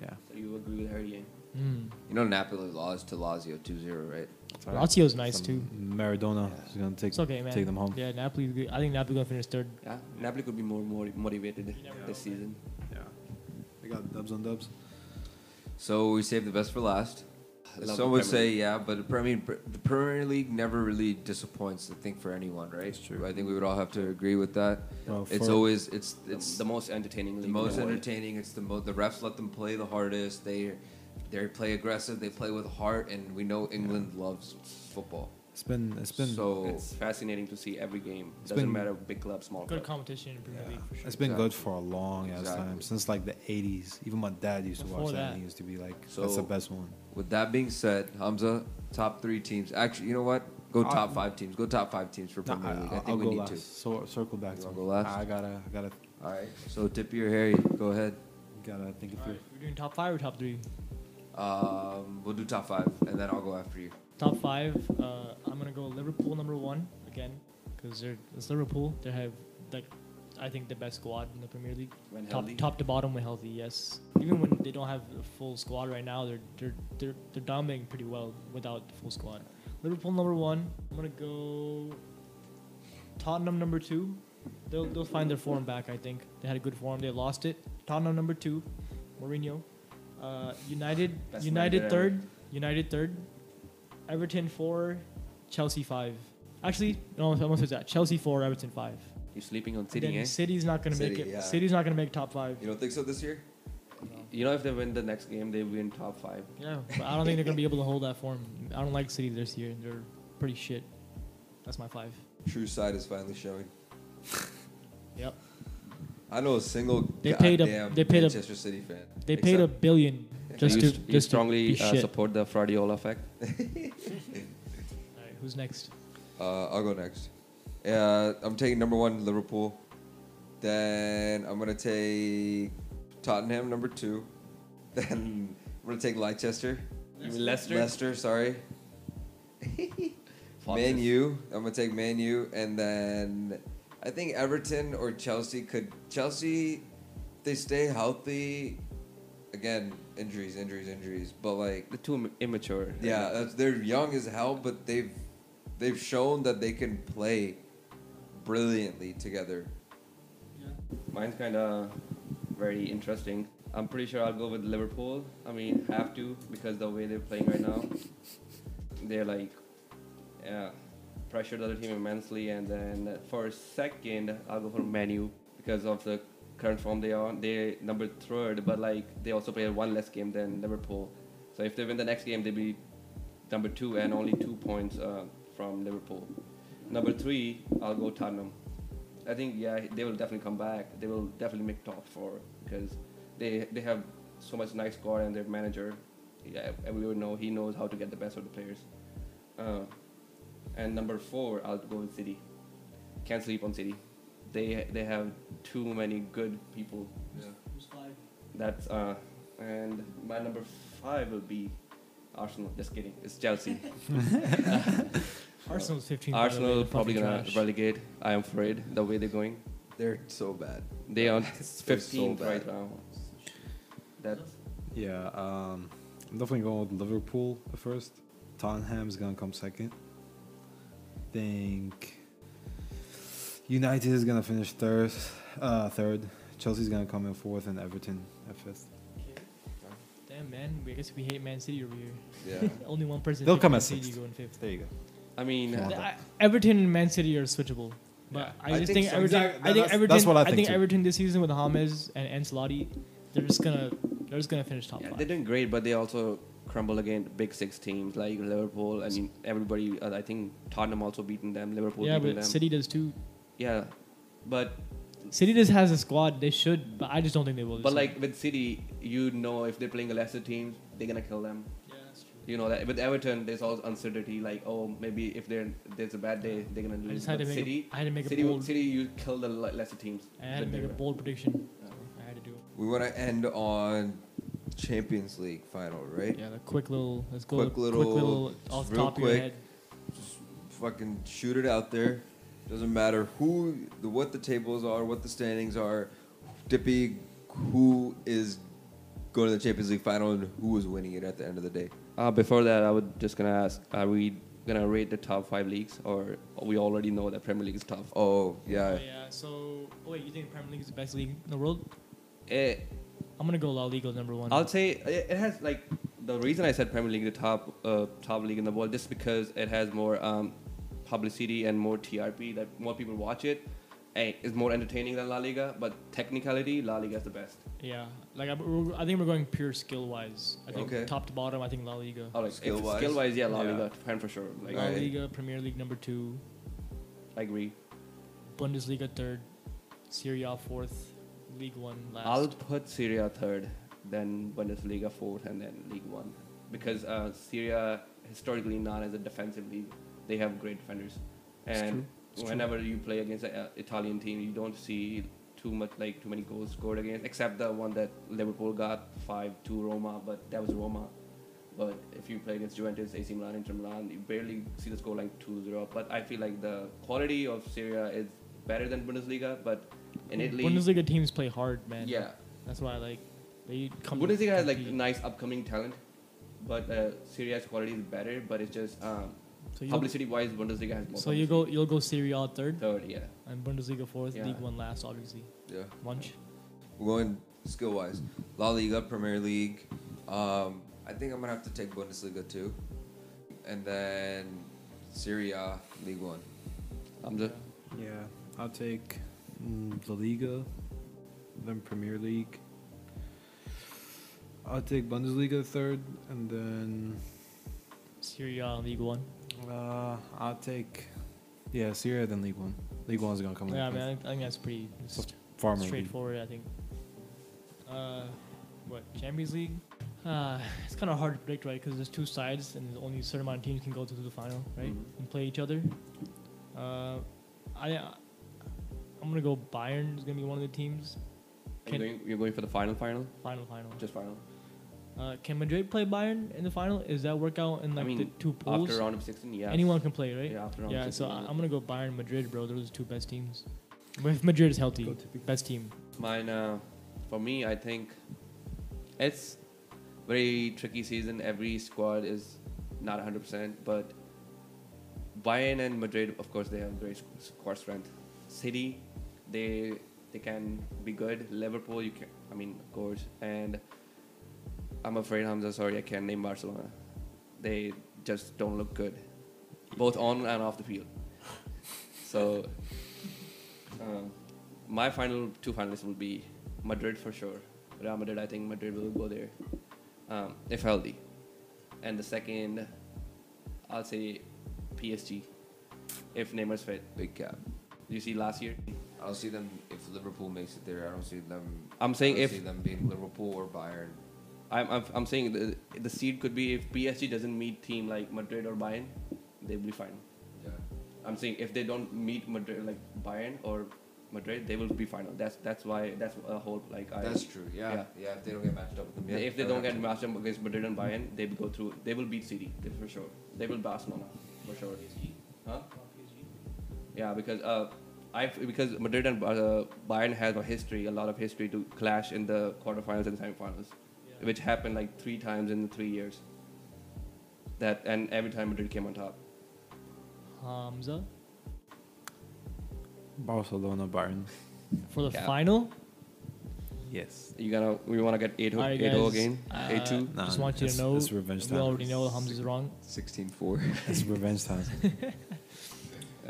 yeah.
So you agree with Harry?
Mm.
you know, Napoli lost to Lazio 2-0, right?
Sorry.
Lazio's nice too.
Maradona is gonna take
It's okay, man.
take them home.
Yeah, Napoli's good. I think Napoli's gonna finish third.
Yeah, Napoli could be more, more motivated
You never know,
this
man.
season.
yeah. They got dubs on dubs.
So we saved the best for last.
I love the
Some would
Premier
say, yeah, but the Premier, the Premier League never really disappoints. I think for anyone, right?
That's true.
I think we would all have to agree with that.
Well,
It's
for-
always it's
Oh, The-
it's
the, most entertaining.
the
league in
most
world.
entertaining. It's the most the refs let them play the hardest. They they play aggressive. They play with heart, and we know England loves football.
It's been it's been
so
It's fascinating to see every game.
It's
Doesn't
been-
matter big club, small
Good
club.
competition in Premier
yeah.
League for sure.
it's been
Exactly.
good for a long ass
Exactly.
time since like the 80s. Even my dad used to
Before
watch that. and
that.
he used to be like, "That's
So-
the best one."
With that being said, Hamza, top three teams. Actually, you know what? Go
I-
Uh,
top five teams. Go top five teams for
No,
Premier League. I,
I'll-
think
I'll
we
go
need
last.
to.
So, circle back
You
to
wanna
me.
go last?
I gotta, I gotta,
All right. So tip your Harry. Go ahead.
gotta think it
All
through.
right, we're doing top five or top three.
Um, we'll do top five, and then I'll go after you.
Top five. Uh, I'm gonna go Liverpool number one again because they're it's Liverpool. They have like I think the best squad in the Premier League.
When
top,
healthy.
top to bottom when healthy. Yes, even when they don't have a full squad right now, they're they're they're, they're dominating pretty well without the full squad. Liverpool number one. I'm gonna go Tottenham number two. They'll they'll find their form back. I think they had a good form. They lost it. Tottenham number two. Mourinho. Uh, United
Best
United
manager
third.
ever.
United third. Everton four. Chelsea five. Actually, no, I almost said that. Chelsea four. Everton five.
You're sleeping on
Then
City, eh?
City's not gonna make
City,
it.
yeah.
City's not gonna make top five.
You don't think so this year?
You know, if they win the next game, they win top five.
Yeah, but I don't think they're gonna be able to hold that form. I don't like City this year. They're pretty shit. That's my five.
True side is finally showing.
*laughs* Yep.
I know a single
They paid a-
goddamn
they paid a-
Manchester City fan.
They paid a
Except-
billion just
you,
to
st- you
just
strongly
to be
uh,
shit.
support the Fradiola effect.
All right, who's next?
Uh, I'll go next. Uh, I'm taking number one Liverpool. Then I'm gonna take Tottenham number two. *laughs* Then I'm gonna take Leicester.
You mean Leicester?
Leicester,
*laughs*
sorry.
Foxes.
Man U. I'm gonna take Man U, and then I think Everton or Chelsea could. Chelsea, they stay healthy. Again, injuries, injuries, injuries. But like,
They're too im- immature.
yeah, that's, they're young as hell, but they've they've shown that they can play brilliantly together.
Mine's kind of very interesting. I'm pretty sure I'll go with Liverpool. I mean, have to because the way they're playing right now, they're like, yeah, pressure the other team immensely. And then for second, I'll go for Manu because of the current form they are. They're number third, but like they also play one less game than Liverpool. So if they win the next game, they'll be number two and only two points uh, from Liverpool. Number three, I'll go Tottenham. I think yeah, they will definitely come back. They will definitely make top four because they they have so much nice squad and their manager. Yeah, everyone know he knows how to get the best of the players. Uh, and number four, I'll go with City. Can't sleep on City. They they have too many good people.
Yeah.
Who's five?
That's uh, and my number five will be Arsenal. Just kidding, it's Chelsea.
Arsenal's 15. by the way,
Arsenal
they're
probably
fucking
gonna
trash.
relegate. I am afraid the way they're going.
They're so bad.
They are *laughs*
They're
15th right now. That's
Yeah, um, I'm definitely going with Liverpool at first. Tottenham's gonna come second. Think United is gonna finish third. Uh, third. Chelsea's gonna come in fourth, and Everton at fifth.
Damn man, we- I guess we hate Man City over here.
Yeah.
Only one person.
They'll
picked
come
Man
at
City
sixth.
going fifth.
There you go.
I mean,
Yeah.
Th- I- Everton and Man City are switchable. But I
I
just
think
think,
so.
Everton,
Exact-
I think
that's-
Everton.
that's what I
I
think
think
too.
Everton this season with James and Ancelotti, they're just gonna they're just gonna finish top
yeah,
five.
they're doing great, but they also crumble against big six teams like Liverpool and everybody. Uh, I think Tottenham also beaten them. Liverpool
yeah,
beaten
but
them.
City does too.
Yeah, but
City just has a squad. They should, but I just don't think they will.
but like with City, you know if they're playing a lesser team, they're gonna kill them.
yeah, that's true.
You know that with Everton, there's all uncertainty. Like oh, maybe if they're there's a bad day, they're gonna
I
lose.
just had to
But
make
City,
a, I had to make
City,
a
will-
bold.
City, you kill the le- lesser teams.
I had to
with
make a
their-
bold prediction.
Yeah.
I had to do it.
*laughs* We want to end on Champions League final, right?
Yeah, the quick little. Let's go.
Quick
Quick little.
little- just
off the
real
top of your
quick.
head.
Just fucking shoot it out there. Doesn't matter who, the, what the tables are, what the standings are. Dippy, who is going to the Champions League final and who is winning it at the end of the day?
Uh, before that, I was just gonna ask: Are we gonna rate the top five leagues, or we already know that Premier League is tough?
Oh yeah,
Oh, yeah. So, oh, wait, you think Premier League is the best league in the world?
Eh,
I'm gonna go La Liga number one.
I'll say uh, it it has like the reason I said Premier League the top uh, top league in the world just because it has more um, publicity and more TRP that more people watch it. Eh, it's more entertaining than La Liga, but technicality, La Liga is the best.
Yeah, like I, we're- I think we're going pure skill wise. I think
Okay.
top to bottom, I think La Liga,
Or, like, skill
Skill-wise?
wise, skill wise, yeah, La
Yeah.
Liga, fan for sure. Like
La
Right.
Liga, Premier League number two,
I agree.
Bundesliga third, Serie A fourth, League One last.
I'll put Syria third, then Bundesliga fourth, and then League One, because uh, Syria historically not as a defensive league. They have great defenders,
It's
and
true. It's true.
whenever you play against an Italian team, you don't see too much like too many goals scored against, except the one that Liverpool got five two Roma, but that was Roma. But if you play against Juventus, AC Milan, Inter Milan, you barely see the score like 2-0. But I feel like the quality of Syria is better than Bundesliga. But in Italy,
Bundesliga teams play hard, man.
yeah,
that's why I like they come. to
Bundesliga has like
compete.
nice upcoming talent, but uh, Syria's quality is better. But it's just um,
so you,
publicity wise, Bundesliga has more.
so you go you'll go Serie A third
third, yeah.
and Bundesliga fourth,
Yeah.
League One last, obviously.
yeah.
Munch.
We're going skill wise. La Liga, Premier League. Um, I think I'm gonna have to take Bundesliga too, and then Syria League One.
I'm the
Yeah, I'll take mm, La Liga, then Premier League. I'll take Bundesliga third, and then
Serie A League One.
Uh, I'll take. Yeah, Syria then League One. League One's gonna come.
Yeah,
in.
man, I think- I think that's pretty
So Farmer. League.
straightforward. I think. Uh, what Champions League? Uh, *laughs* it's kind of hard to predict, right? Because there's two sides, and there's only a certain amount of teams can go to the final, right?
Mhm.
And play each other. Uh, I, I'm gonna go. Bayern is gonna be one of the teams.
You're
Can-
going, you're going for the final, final,
Final, final.
just final.
Uh, can Madrid play Bayern in the final? Is that work out in
I
like the
mean,
two pools?
After round of 16, yeah.
Anyone can play, right?
Yeah, after round
Yeah,
of 16.
so I- I'm gonna go Bayern, Madrid, bro. Those are the two best teams. If Madrid is healthy,
Go typical.
best team.
Mine, uh, for me, I think it's very tricky season. Every squad is not 100%, but Bayern and Madrid, of course, they have great squ- squad strength. City, they they can be good. Liverpool, you can, I mean, of course, and I'm afraid, Hamza, sorry, I can't name Barcelona. They just don't look good, both on and off the field. So. Um, my final two finalists will be Madrid for sure. Real Madrid, I think Madrid will go there um, if healthy. And the second, I'll say PSG if Neymar's fit.
Big cap.
You see, last year,
I don't see them if Liverpool makes it there. I don't see them.
I'm saying
I don't
if-
see them being Liverpool or Bayern.
I'm, I'm, I'm saying the, the seed could be if PSG doesn't meet team like Madrid or Bayern, they'll be fine.
Yeah.
I'm saying if they don't meet Madrid like Bayern or Madrid, they will be final. That's that's why that's a whole like I,
That's true. Yeah. yeah.
Yeah.
If they don't get matched up with them, yeah,
if they
that
don't
would
get
happen.
matched up against Madrid and Bayern, they will go through. They will beat City they- for sure. They will Barcelona for sure. Huh? Yeah, because uh, I because Madrid and uh, Bayern has a history, a lot of history to clash in the quarterfinals and semifinals, which happened like three times in three years. That and every time Madrid came on top.
Hamza
Barcelona Bayern.
for the
Yeah.
final.
Yes.
You gonna we wanna get 8
Alright,
8
guys.
again,
Uh,
eight two.
Nah,
just want you
it's-
to know,
it's revenge
we
time.
already know Hamza's wrong.
16-4.
It's revenge time.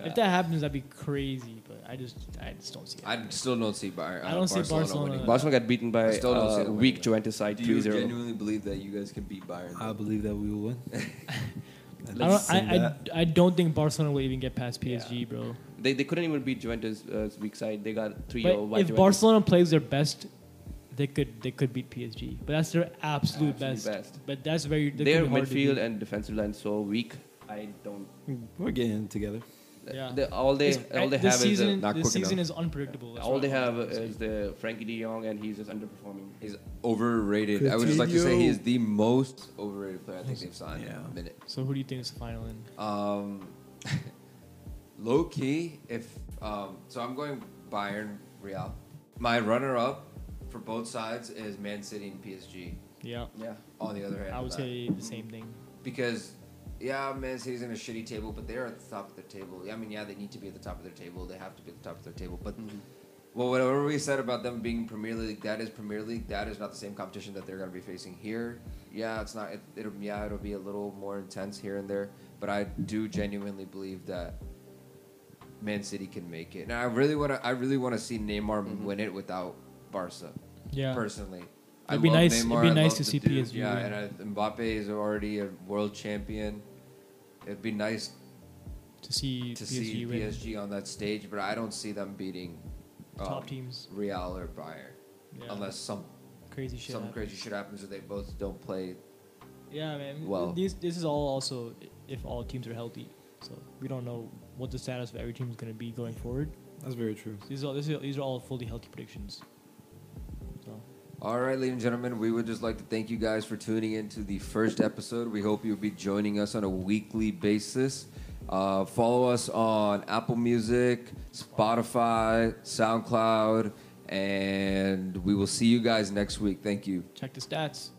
If that happens, that'd be crazy. But I just, I just don't see it.
*laughs* I still don't see Bayern. uh,
I don't see Barcelona.
winning.
Barcelona got beaten
I
by
still don't see
uh,
them
weak
winning.
Juventus side
Do Uh, you
3-0.
genuinely believe that you guys can beat Bayern?
I
though?
believe that we will
*laughs*
win.
I
Let's
don't,
sing
I, I,
that.
I don't think Barcelona will even get past PSG, bro.
They, they couldn't even beat Juventus uh, weak side. They got
But
3-0 by
if
Juventus.
Barcelona plays their best, they could, they could beat PSG. But that's their absolute,
Absolute
best.
best.
But that's very that could
Their
be hard to
midfield
beat.
and defensive line so weak. I don't.
We're getting it together.
Yeah.
They, all they
It's-
all they
this
have
season,
is
not
this
quick
season
enough.
is unpredictable.
the,
That's
all
what
they
I
have
wanted to say.
is the Frankie De Jong, and he's just underperforming.
He's overrated. I would just like to say he is the most overrated player I think they've signed
Yeah.
in a minute.
So who do you think is the final in?
Uh,
Um, *laughs* low key, if um, so, I'm going Bayern Real. My runner up for both sides is Man City and PSG.
Yeah,
Yeah,
On the other hand,
I
of
would
uh,
that.
say the same thing.
because yeah, Man City's in a shitty table, but they're at the top of their table. I mean, yeah, they need to be at the top of their table. They have to be at the top of their table. But well, whatever we said about them being Premier League, that is Premier League. That is not the same competition that they're going to be facing here. Yeah, it's not. It, it'll yeah, it'll be a little more intense here and there. But I do genuinely believe that Man City can make it. And I really want to. I really want to see Neymar win it without Barca
Yeah,
personally. I
It'd be
love
nice- it'd
Neymar,
be
I
nice
love
to
the
see
dude,
PSG
Yeah,
win.
and I, Mbappe is already a world champion. It'd be nice
to see
to
PSG
see
win
PSG on that stage, but I don't see them beating um,
top
uh,
teams.
Real or Bayern
Yeah.
unless some
crazy shit.
some
happens.
crazy shit happens or they both don't play.
Yeah, man.
Well-
These, this is all also i- if all teams are healthy. So we don't know what the status of every team is going to be going forward.
That's very true.
These are all, this is, these are all fully healthy predictions. So
All right, ladies and gentlemen, we would just like to thank you guys for tuning in to the first episode. We hope you'll be joining us on a weekly basis. Uh, follow us on Apple Music, Spotify, SoundCloud, and we will see you guys next week. Thank you.
check the stats.